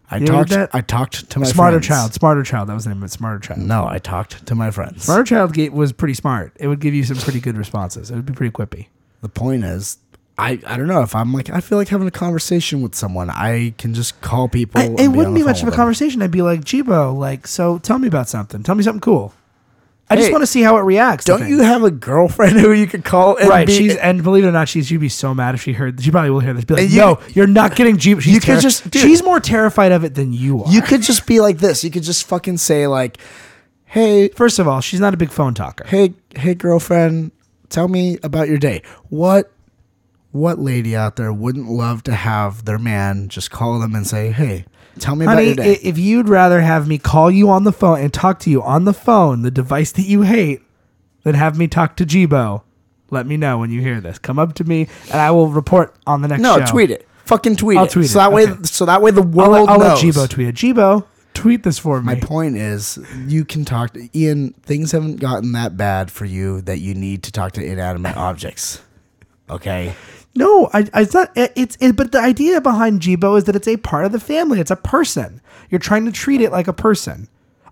S3: I
S2: You ever
S3: talked.
S2: did that?
S3: I talked to my
S2: smarter
S3: friends.
S2: child, smarter child. That was the name of it. Smarter child.
S3: No, I talked to my friends.
S2: Smarter child gate was pretty smart. It would give you some pretty good responses. It would be pretty quippy.
S3: The point is, I I don't know if I'm like I feel like having a conversation with someone. I can just call people.
S2: I,
S3: and
S2: it
S3: on
S2: wouldn't be
S3: the phone
S2: much of a
S3: with them.
S2: conversation. I'd be like, Jibo, like, so tell me about something. Tell me something cool. I just
S3: Hey,
S2: want to see how it reacts. to
S3: Don't you
S2: things."
S3: have a girlfriend who you could call? And
S2: Right,
S3: be-
S2: she's and believe it or not, she's you'd be so mad if she heard. She probably will hear this. Be like,
S3: And you-
S2: no, you're not getting Jibo. She's
S3: You could
S2: terri-
S3: just- dude.
S2: she's more terrified of it than you are.
S3: You could just be like this. You could just fucking say like, "Hey,
S2: First of all, she's not a big phone talker.
S3: hey, hey, girlfriend, tell me about your day. What, what lady out there wouldn't love to have their man just call them and say, "Hey, tell me about
S2: Honey,
S3: your day."
S2: i- if you'd rather have me call you on the phone and talk to you on the phone, the device that you hate, than have me talk to Jibo, let me know when you hear this. Come up to me, and I will report on the next.
S3: no,
S2: show.
S3: tweet it. Fucking tweet
S2: I'll
S3: it.
S2: tweet
S3: so
S2: it,
S3: that way,
S2: okay.
S3: so that way the
S2: I'll,
S3: world
S2: let, I'll let
S3: knows.
S2: Jibo tweet it. Jibo, tweet this for me.
S3: My point is, you can talk to Ian. Things haven't gotten that bad for you that you need to talk to inanimate objects. Okay.
S2: No, I, I, it's not. it- It's it, but the idea behind Jibo is that it's a part of the family. It's a person. You're trying to treat it like a person.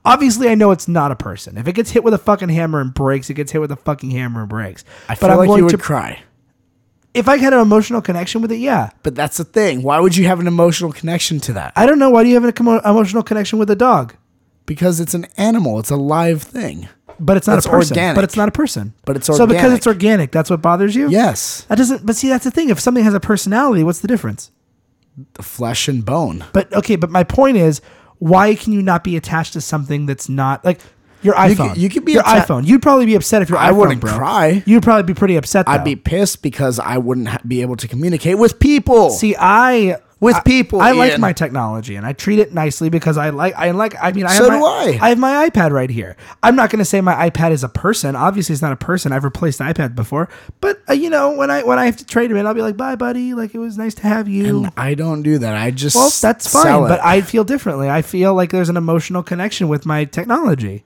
S2: Obviously, I know it's not a person. If it gets hit with a fucking hammer and breaks, it gets hit with a fucking hammer and breaks.
S3: I feel like you would cry.
S2: if I had an emotional connection with it, yeah.
S3: But that's the thing. Why would you have an emotional connection to that?
S2: I don't know why do you have an emo- emotional connection with a dog,
S3: Because it's an animal. It's a live thing.
S2: but it's not
S3: That's
S2: a person.
S3: organic.
S2: But it's not a person.
S3: But it's
S2: so because
S3: organic.
S2: it's organic, that's what bothers you.
S3: Yes.
S2: That doesn't. But see, that's the thing. If something has a personality, what's the difference?
S3: Flesh and bone.
S2: But okay, but my point is, why can you not be attached to something that's not like your
S3: You
S2: iPhone?
S3: could- you could be
S2: your
S3: atta-
S2: iPhone. You'd probably be upset if your
S3: I
S2: iPhone
S3: wouldn't
S2: broke.
S3: cry.
S2: You'd probably be pretty upset.
S3: I'd
S2: though.
S3: be pissed because I wouldn't ha- be able to communicate with people.
S2: See, I
S3: With
S2: I-
S3: people,
S2: I like
S3: Ian.
S2: my technology and I treat it nicely because I like. I like. I mean, I
S3: So
S2: have
S3: do
S2: my,
S3: I.
S2: have my iPad right here. I'm not going to say my iPad is a person. Obviously, it's not a person. I've replaced the iPad before, but uh, you know, when I when I have to trade him in, I'll be like, "Bye, buddy. Like it was nice to have you."
S3: And I don't do that. I just
S2: well, that's
S3: sell
S2: fine,
S3: it.
S2: but I feel differently. I feel like there's an emotional connection with my technology.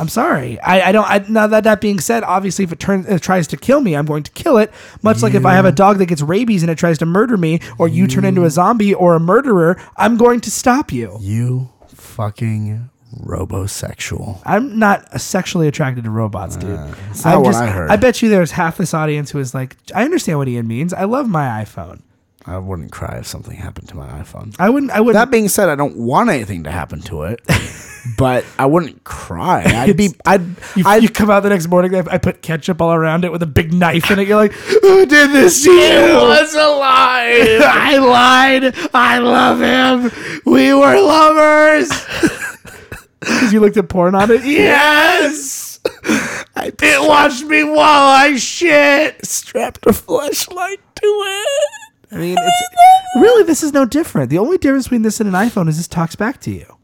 S2: I'm sorry. I, I don't. I, now that that being said, obviously, if it turns it tries to kill me, I'm going to kill it. Much like if I have a dog that gets rabies and it tries to murder me, or you, turn
S3: Mm.
S2: into a zombie or a murderer, I'm going to stop you.
S3: you fucking robosexual.
S2: I'm not sexually attracted to robots, dude.
S3: it's not
S2: I'm
S3: what I heard.
S2: bet you there's half this audience who is like, I understand what Ian means. I love my iPhone.
S3: I wouldn't cry if something happened to my iPhone.
S2: I wouldn't. I wouldn't.
S3: That being said, I don't want anything to happen to it, but I wouldn't cry. I'd be I'd
S2: You,
S3: I'd
S2: you come out the next morning. I, I put ketchup all around it with a big knife in it. You're like, "Who did this to you? It was a lie. I lied. I love him. We were lovers." Because you looked at porn on it.
S3: Yes! I it watched me while I shit! Strapped a flashlight to it!
S2: I mean, it's, really, this is no different. The only difference between this and an iPhone is this talks back to you.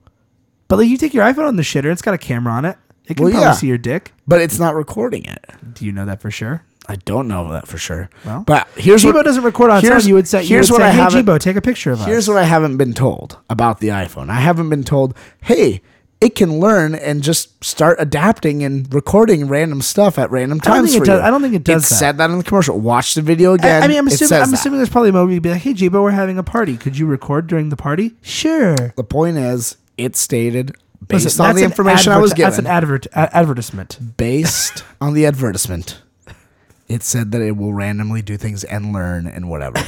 S2: But like, you take your iPhone on the shitter. It's got a camera on it. It can
S3: Well,
S2: probably
S3: yeah.
S2: see your dick.
S3: But it's not recording it.
S2: Do you know that for sure?
S3: I don't know that for sure.
S2: Well,
S3: but here's
S2: Jibo
S3: what
S2: doesn't record on
S3: here's-
S2: sound. You would say,
S3: here's
S2: you would
S3: what
S2: say,
S3: I
S2: hey,
S3: haven't-
S2: Jibo, take a picture of us.
S3: Here's what I haven't been told about the iPhone. I haven't been told, hey, it can learn and just start adapting and recording random stuff at random
S2: don't
S3: times.
S2: think it
S3: for
S2: does-
S3: you.
S2: I don't think it does that.
S3: said that in the commercial. Watch the video
S2: I-
S3: again.
S2: I mean, I'm
S3: It
S2: assuming,
S3: says
S2: I'm
S3: that.
S2: assuming there's probably a movie be like, hey, Jibo, we're having a party. Could you record during the party? Sure.
S3: The point is, it stated based
S2: Listen,
S3: on
S2: that's
S3: the
S2: an
S3: information I was
S2: advert-
S3: given.
S2: That's an advert, a- advertisement.
S3: based on the advertisement, it said that it will randomly do things and learn and whatever.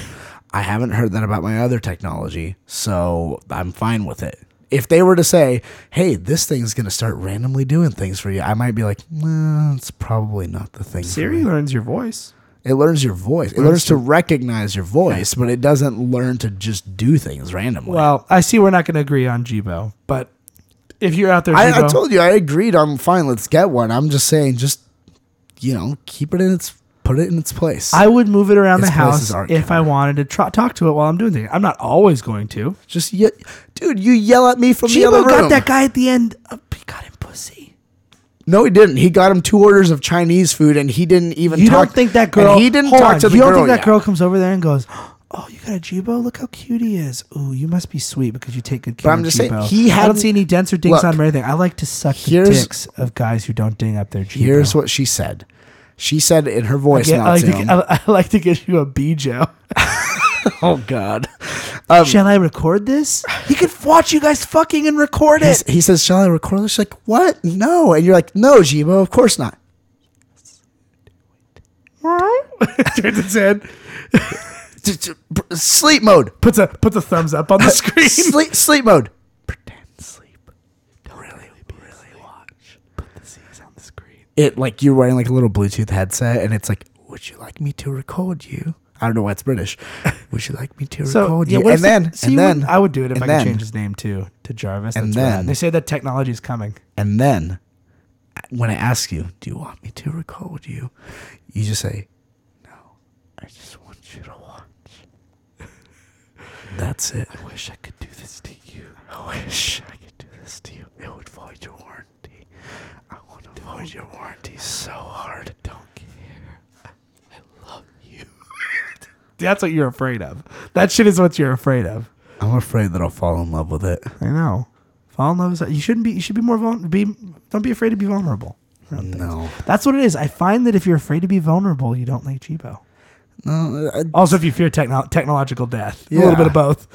S3: I haven't heard that about my other technology, so I'm fine with it. If they were to say, "Hey, this thing's gonna start randomly doing things for you," I might be like, "Nah, it's probably not the thing." for
S2: Siri
S3: me."
S2: learns your voice.
S3: it learns your voice. It learns to recognize your voice, but it doesn't learn to just do things randomly.
S2: Well, I see we're not going to agree on Jibo, but if you're out there,
S3: I, I
S2: Jibo-
S3: told you I agreed. I'm fine. Let's get one. I'm just saying, just you know, keep it in its, put it in its place.
S2: I would move it around
S3: Its
S2: the house
S3: places aren't
S2: if I wanted to try, talk to it while I'm doing things. I'm not always going to.
S3: just, ye- dude, you yell at me from the other
S2: Jibo
S3: room.
S2: got that guy at the end. Of, he got him pussy.
S3: No, he didn't. He got him two orders of Chinese food, and he didn't even.
S2: You
S3: talk,
S2: don't think that girl?
S3: And he didn't
S2: hold
S3: talk
S2: on,
S3: to the
S2: You
S3: girl.
S2: don't think that
S3: yet.
S2: girl comes over there and goes, "Oh, you got a Jibo? Look how cute he is. Ooh, you must be sweet because you take good care."
S3: I'm
S2: of
S3: just saying,
S2: Jibo."
S3: he
S2: I don't
S3: hadn't-
S2: see any dents or dings
S3: Look,
S2: on him or anything. I like to suck the
S3: here's-
S2: dicks of guys who don't ding up their Jibo.
S3: Here's what she said. She said in her voice.
S2: yeah,
S3: now
S2: I like,
S3: to
S2: to,
S3: him,
S2: I, I like to get you a Bijo.
S3: oh God. Um,
S2: Shall I record this? He could watch you guys fucking and record
S3: He's-
S2: it.
S3: he says, "Shall I record?" this?" She's like, "What? No." And you're like, "No, Jibo, of course not."
S2: Turns his head,
S3: D- d- b- Sleep mode.
S2: puts a puts a thumbs up on the screen.
S3: Sleep sleep mode. Pretend sleep.
S2: really, really watch. Put the C's on the screen.
S3: It like you're wearing like a little Bluetooth headset, and it's like, "Would you like me to record you?" I don't know why it's British. Would you like me to
S2: So
S3: record
S2: yeah,
S3: you?
S2: what
S3: And
S2: if the-
S3: then,
S2: see,
S3: and
S2: you
S3: then,
S2: wouldn't- I would do it if
S3: and
S2: I could
S3: then-
S2: change his name too to Jarvis.
S3: and
S2: That's rad.
S3: then-
S2: they say that technology is coming.
S3: And then when I ask you, do you want me to record you? You just say, no, I just want you to watch. That's it. I wish I could do this to you. I wish I could do this to you. It would void your warranty. I want to void your warranty so hard. Don't care. I love you.
S2: That's what you're afraid of. That shit is what you're afraid of.
S3: I'm afraid that I'll fall in love with it.
S2: I know. Fall in love. Is, you shouldn't be. You should be more vulnerable. Be don't be afraid to be vulnerable.
S3: No.
S2: That's what it is. I find that if you're afraid to be vulnerable, you don't like Chibo.
S3: No, I,
S2: Also, if you fear techno- technological death, a
S3: Yeah.
S2: little bit of both.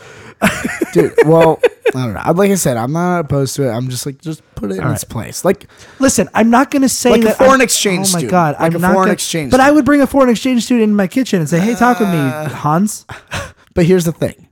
S3: dude. Well, I don't know. I'm- Like I said, I'm not opposed to it. I'm just like, just put it in
S2: All
S3: its
S2: right.
S3: place. Like,
S2: Listen, I'm not going to say
S3: Like a
S2: that
S3: foreign
S2: I'm-
S3: exchange
S2: Oh my
S3: student.
S2: god,
S3: Like
S2: I'm
S3: a
S2: not
S3: foreign
S2: gonna-
S3: exchange
S2: But I
S3: student. Uh,
S2: would bring a foreign exchange student in my kitchen and say, "Hey, talk with me, Hans."
S3: but here's the thing.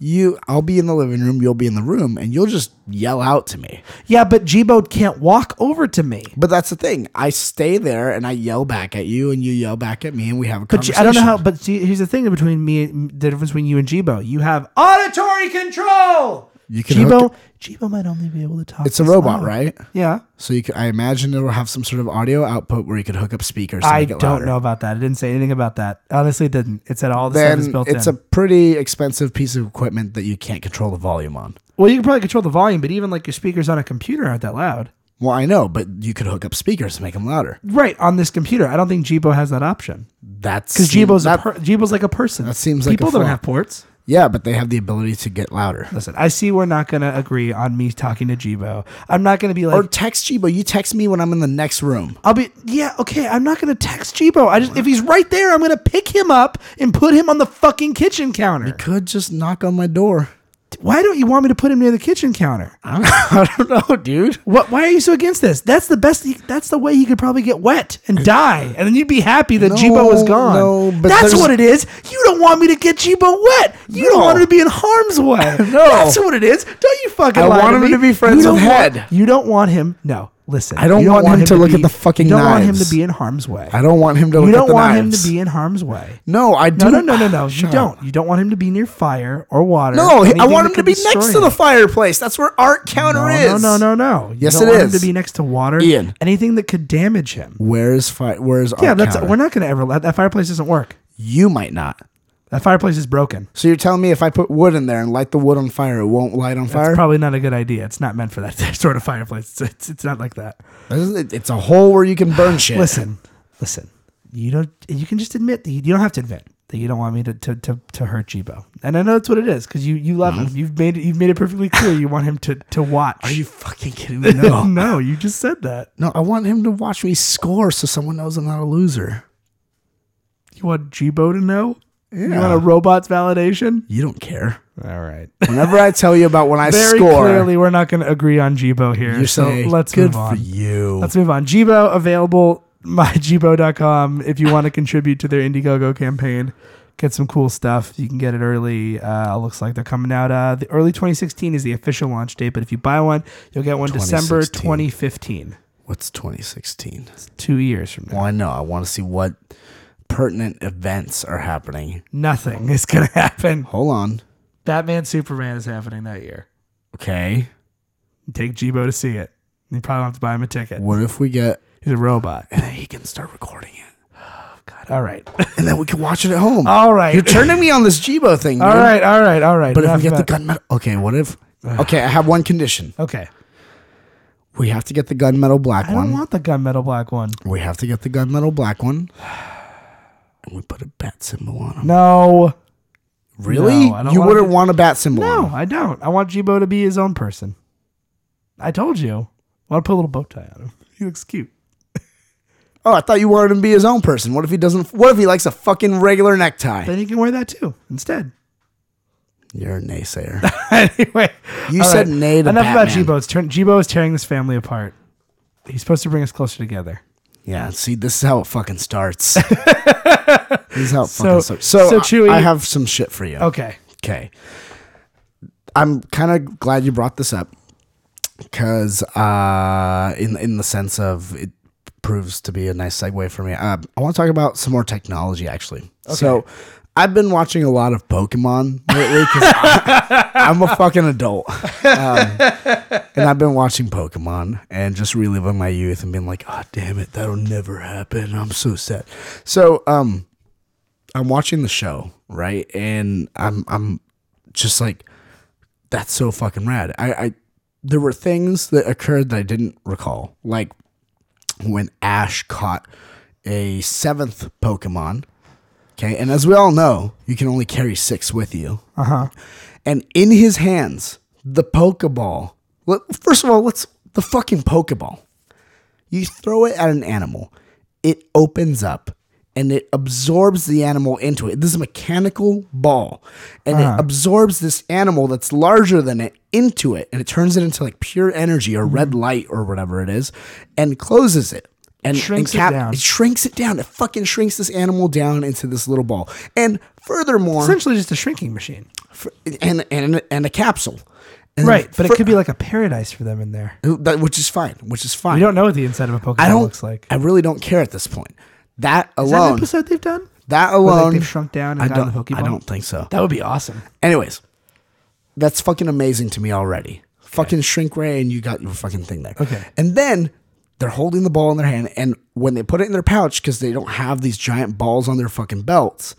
S3: You, I'll be in the living room. You'll be in the room, and you'll just yell out to me.
S2: Yeah, but Jibo can't walk over to me.
S3: But that's the thing. I stay there and I yell back at you, and you yell back at me, and we have a
S2: But J-
S3: conversation.
S2: I don't know how. But see, here's the thing between me, and the difference between you and Jibo. You have auditory control.
S3: You can
S2: Jibo,
S3: hook
S2: Jibo might only be able to talk.
S3: It's a
S2: this
S3: robot,
S2: loud.
S3: right?
S2: Yeah.
S3: So you, could, I imagine it'll have some sort of audio output where you could hook up speakers. To
S2: I
S3: make it
S2: don't
S3: louder.
S2: know about that. It didn't say anything about that. Honestly, it didn't. It said all the stuff is
S3: Then
S2: built
S3: it's
S2: in.
S3: a pretty expensive piece of equipment that you can't control the volume on.
S2: well, you can probably control the volume, but even like your speakers on a computer aren't that loud.
S3: Well, I know, but you could hook up speakers to make them louder.
S2: Right on this computer, I don't think Jibo has that option
S3: That's
S2: because Jibo's a
S3: that-
S2: per- Jibo's like a person.
S3: that seems like a
S2: people don't
S3: flaw.
S2: have ports.
S3: Yeah, but they have the ability to get louder.
S2: Listen, I see we're not gonna agree on me talking to Jibo. I'm not gonna be like,
S3: Or text Chibo. You text me when I'm in the next room.
S2: I'll be yeah, okay. I'm not gonna text Jibo. I just if he's right there, I'm gonna pick him up and put him on the fucking kitchen counter.
S3: Could just knock on my door.
S2: Why don't you want me to put him near the kitchen counter?
S3: I don't know, dude.
S2: What? Why are you so against this? That's the best. He, that's the way he could probably get wet and die, and then you'd be happy that
S3: No,
S2: Jibo was gone.
S3: no, but
S2: that's
S3: there's-
S2: what it is. You don't want me to get Jibo wet. You don't
S3: No.
S2: want him to be in harm's way.
S3: No.
S2: that's what it is. Don't you fucking.
S3: I
S2: lie
S3: want
S2: to
S3: him
S2: me.
S3: to be friends
S2: You don't
S3: with
S2: want-
S3: Head.
S2: You don't want him. No, listen.
S3: I don't
S2: you
S3: want him to look at
S2: be-
S3: the fucking
S2: You don't want him to
S3: knives.
S2: be in harm's way.
S3: I don't want him to.
S2: You
S3: look at
S2: don't
S3: the
S2: want
S3: knives.
S2: him to be in harm's way.
S3: No, I do.
S2: No, no, no, no, no. You
S3: Shut
S2: don't.
S3: up.
S2: You don't want him to be near fire or water.
S3: No, I
S2: anything
S3: want
S2: that
S3: him to
S2: could
S3: be
S2: destroy
S3: next to
S2: him.
S3: the fireplace. That's where art counter
S2: No,
S3: is.
S2: No, no, no, no. You
S3: Yes,
S2: don't
S3: it
S2: want
S3: is.
S2: Him to be next to water.
S3: Ian.
S2: Anything that could damage him.
S3: Where is fire? Where is art?
S2: Yeah, that's
S3: counter?
S2: we're not going to ever let that fireplace doesn't work.
S3: You might not.
S2: That fireplace is broken.
S3: So you're telling me if I put wood in there and light the wood on fire, it won't light on
S2: That's
S3: fire?
S2: probably not a good idea. It's not meant for that sort of fireplace. It's, it's, it's not like that.
S3: It's it's a hole where you can burn shit.
S2: Listen, listen. You don't. You can just admit that you, you don't have to admit that you don't want me to to, to, to hurt Jibo. And I know that's what it is because you you love him. You've made it. You've made it perfectly clear you want him to to watch.
S3: Mm-hmm. Are you fucking kidding me? No.
S2: no, you just said that.
S3: No, I want him to watch me score so someone knows I'm not a loser.
S2: You want Jibo to know. You
S3: Yeah.
S2: want a robot's validation.
S3: You don't care.
S2: All right.
S3: Whenever I tell you about when I
S2: Very
S3: score,
S2: clearly, we're not going to agree on Jibo here.
S3: you
S2: so
S3: say,
S2: let's
S3: good
S2: move on.
S3: for you.
S2: Let's move on. Jibo available myjibo.com if you want to contribute to their Indiegogo campaign. Get some cool stuff. You can get it early. Uh, looks like they're coming out. Uh, the early 2016 is the official launch date, but if you buy one, you'll get one December
S3: 2016.
S2: 2015.
S3: What's 2016?
S2: It's two years from now.
S3: Well, I know. I want to see what pertinent events are happening.
S2: Nothing is going to happen.
S3: Hold on.
S2: Batman Superman is happening that year.
S3: Okay.
S2: Take Jibo to see it. You probably don't have to buy him a ticket.
S3: What if we get
S2: He's a robot.
S3: and then he can start recording it,
S2: God, all right.
S3: and then we can watch it at home.
S2: All right.
S3: You're turning me on this Jibo thing.
S2: All
S3: dude.
S2: right, all right, all right.
S3: But if
S2: Enough
S3: we get the
S2: about-
S3: gunmetal, okay. What if? Okay, I have one condition.
S2: Okay.
S3: We have to get the gunmetal black
S2: I don't
S3: one.
S2: want the gunmetal black one.
S3: we have to get the gunmetal black one. And we put a bat symbol on him.
S2: No.
S3: Really?
S2: No, I don't
S3: you
S2: wanna
S3: wouldn't
S2: do-
S3: want a bat symbol? on
S2: No,
S3: him.
S2: I don't. I want Jibo to be his own person. I told you. I want to put a little bow tie on him. He looks cute.
S3: Oh, I thought you wanted him to be his own person. What if he doesn't? What if he likes a fucking regular necktie?
S2: Then he can wear that too instead.
S3: You're a naysayer.
S2: anyway.
S3: You
S2: all
S3: said nay to
S2: Enough about
S3: Batman.
S2: Jibo. It's turn- Jibo is tearing this family apart. He's supposed to bring us closer together.
S3: Yeah, see, this is how it fucking starts. this is how it
S2: So-
S3: fucking starts. So,
S2: so
S3: I-
S2: Chewie-
S3: I have some shit for you.
S2: Okay.
S3: Okay. I'm kind of glad you brought this up because, uh, in, in the sense of it proves to be a nice segue for me, uh, I want to talk about some more technology, actually. So, I've been watching a lot of Pokemon lately because I'm a fucking adult. Um, and I've been watching Pokemon and just reliving my youth and being like, oh, damn it, that'll never happen. I'm so sad. So, um, I'm watching the show, right? And I'm I'm just like that's so fucking rad. I, I there were things that occurred that I didn't recall. Like when Ash caught a seventh Pokemon. Okay, and as we all know, you can only carry six with you.
S2: Uh-huh.
S3: And in his hands, the Pokeball. Well, First of all, let's the fucking Pokeball. You throw it at an animal, it opens up and it absorbs the animal into it. This is a mechanical ball, and
S2: Uh-huh.
S3: it absorbs this animal that's larger than it into it, and it turns it into like pure energy or red light or whatever it is, and closes it. And
S2: Shrinks Mm-hmm. it
S3: and
S2: down.
S3: It shrinks it down. It fucking shrinks this animal down into this little ball. And furthermore,
S2: Essentially just a shrinking machine.
S3: for, and and and a capsule, And
S2: Right, but
S3: for-
S2: it could be like a paradise for them in there.
S3: that- which is fine, which is fine.
S2: We don't know what the inside of a Pokemon
S3: I don't.
S2: looks like.
S3: I really don't care at this point. That
S2: Is that an
S3: alone,
S2: episode they've done?
S3: that
S2: Where, like,
S3: alone,
S2: they've shrunk down and
S3: I
S2: gotten the
S3: don't.
S2: Pokeball?
S3: I don't think so.
S2: That would be awesome.
S3: Anyways, that's fucking amazing to me already. Fucking shrink ray, and you got your fucking thing there.
S2: Okay.
S3: And then they're holding the ball in their hand, and when they put it in their pouch, because they don't have these giant balls on their fucking belts,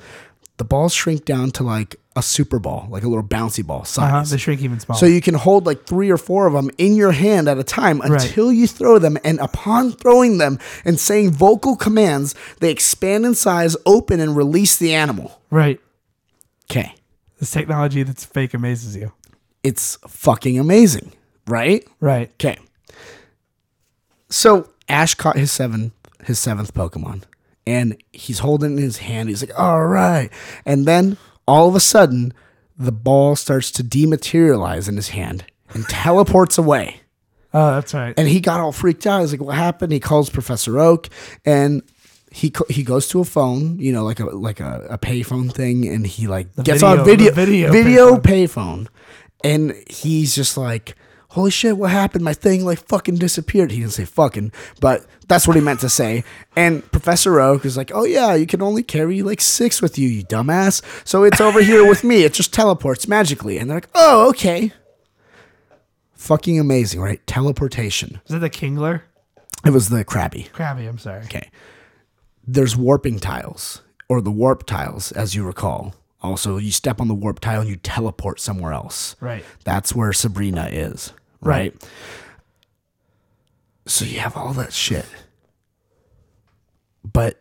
S3: the balls shrink down to like a super ball, like a little bouncy ball size.
S2: Uh-huh. They shrink even smaller.
S3: So you can hold like three or four of them in your hand at a time until you throw them. And upon throwing them and saying vocal commands, they expand in size, open, and release the animal.
S2: right.
S3: Okay.
S2: This technology that's fake amazes you.
S3: It's fucking amazing, right?
S2: Right.
S3: Okay. So Ash caught his seventh his seventh Pokemon, and he's holding it in his hand. He's like, "All right," and then all of a sudden, the ball starts to dematerialize in his hand and teleports away.
S2: Oh, that's right.
S3: And he got all freaked out. He's like, "What happened?" He calls Professor Oak, and he co- he goes to a phone, you know, like a like a, a payphone thing, and he like gets
S2: video-
S3: on video
S2: the video
S3: video payphone, and he's just like. Holy shit, what happened? My thing like fucking disappeared. He didn't say fucking, but that's what he meant to say. And Professor Oak is like, oh yeah, you can only carry like six with you, you dumbass. So it's over here with me. It just teleports magically. And they're like, oh, okay. Fucking amazing, right? Teleportation.
S2: Is that the Kingler?
S3: It was the Krabby.
S2: Krabby, I'm sorry.
S3: Okay. There's warping tiles, or the warp tiles, as you recall. Also, you step on the warp tile and you teleport somewhere else.
S2: Right.
S3: That's where Sabrina is, right? So you have all that shit. But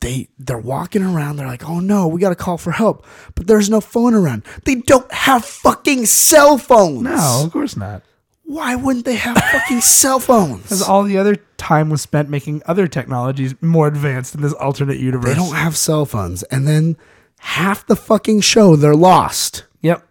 S3: they they're walking around, they're like, oh no, we gotta call for help. But there's no phone around. They don't have fucking cell phones.
S2: No, of course not.
S3: Why wouldn't they have fucking cell phones?
S2: Because all the other time was spent making other technologies more advanced in this alternate universe.
S3: They don't have cell phones, and then half the fucking show they're lost.
S2: Yep.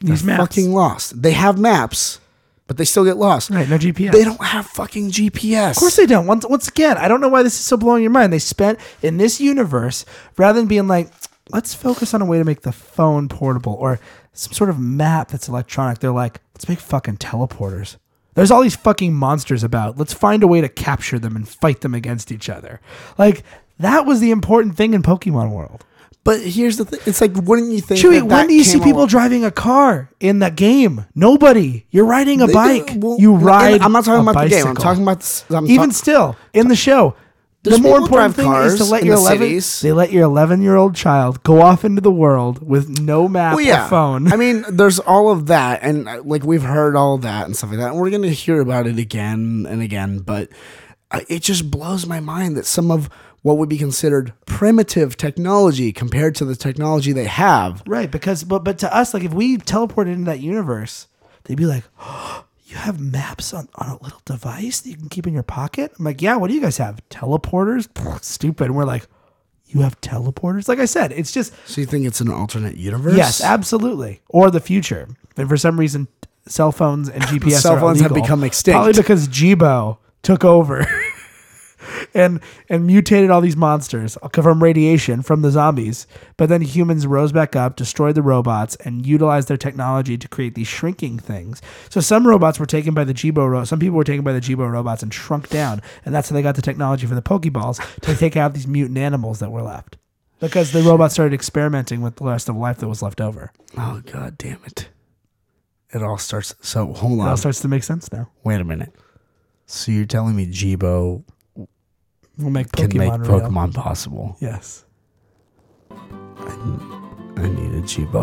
S2: These maps.
S3: Fucking lost. They have maps, but they still get lost.
S2: right. No GPS.
S3: They don't have fucking GPS.
S2: Of course they don't. Once, once again, I don't know why this is so blowing your mind. They spent in this universe rather than being like, let's focus on a way to make the phone portable or some sort of map that's electronic. They're like, let's make fucking teleporters. There's all these fucking monsters about. Let's find a way to capture them and fight them against each other. Like, that was the important thing in Pokemon World.
S3: But here's the thing: it's like, wouldn't you think?
S2: Chewie,
S3: that that
S2: when do you see
S3: came
S2: people
S3: along-
S2: driving a car in the game? Nobody. You're riding a
S3: They-
S2: bike.
S3: well,
S2: you
S3: and
S2: ride.
S3: I'm not talking
S2: a
S3: about the game. I'm
S2: bicycle.
S3: talking about this, I'm
S2: even
S3: talk-
S2: still in the show. The
S3: There's
S2: more
S3: people
S2: important
S3: drive
S2: thing is to
S3: cars
S2: let
S3: in
S2: your
S3: the
S2: eleven.
S3: cities.
S2: They let your eleven-year-old child go off into the world with no map
S3: well, Oh, yeah.
S2: or phone.
S3: I mean, there's all of that, and uh, like we've heard all that and stuff like that, and we're gonna hear about it again and again. But uh, it just blows my mind that some of what would be considered primitive technology compared to the technology they have.
S2: right, because but but to us, like if we teleported into that universe, they'd be like, "You have maps on on a little device that you can keep in your pocket." I'm like, "Yeah, what do you guys have? Teleporters? Pfft, Stupid." And we're like, "You have teleporters?" Like I said, it's just
S3: So you think it's an alternate universe?
S2: yes, absolutely, or the future. And for some reason, cell phones and GPS
S3: Cell
S2: are
S3: phones have
S2: illegal.
S3: become extinct.
S2: Probably because Jibo took over and and mutated all these monsters from radiation from the zombies. But then humans rose back up, destroyed the robots, and utilized their technology to create these shrinking things. So some robots were taken by the Jibo. Ro- some people were taken by the Jibo robots and shrunk down, and that's how they got the technology for the Pokeballs to take out these mutant animals that were left. Because the robots started experimenting with the rest of life that was left over.
S3: Oh god damn it! It all starts. So hold
S2: It all
S3: on.
S2: starts to make sense now.
S3: Wait a minute. So you're telling me Jibo
S2: We'll make
S3: can
S2: Pokemon
S3: make
S2: real.
S3: Pokemon possible?
S2: Yes.
S3: I need a Jibo.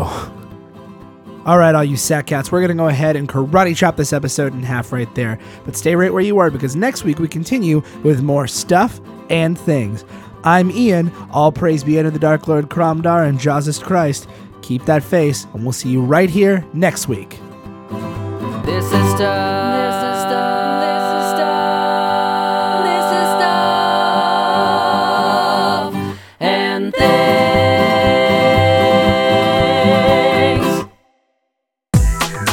S2: All right, all you sack cats, we're going to go ahead and karate chop this episode in half right there. But stay right where you are because next week we continue with more stuff and things. I'm Ian. All praise be unto the Dark Lord Kromdar and Jesus Christ. Keep that face, and we'll see you right here next week.
S1: This is stuff. This is stuff. This is stuff. This is stuff. And things.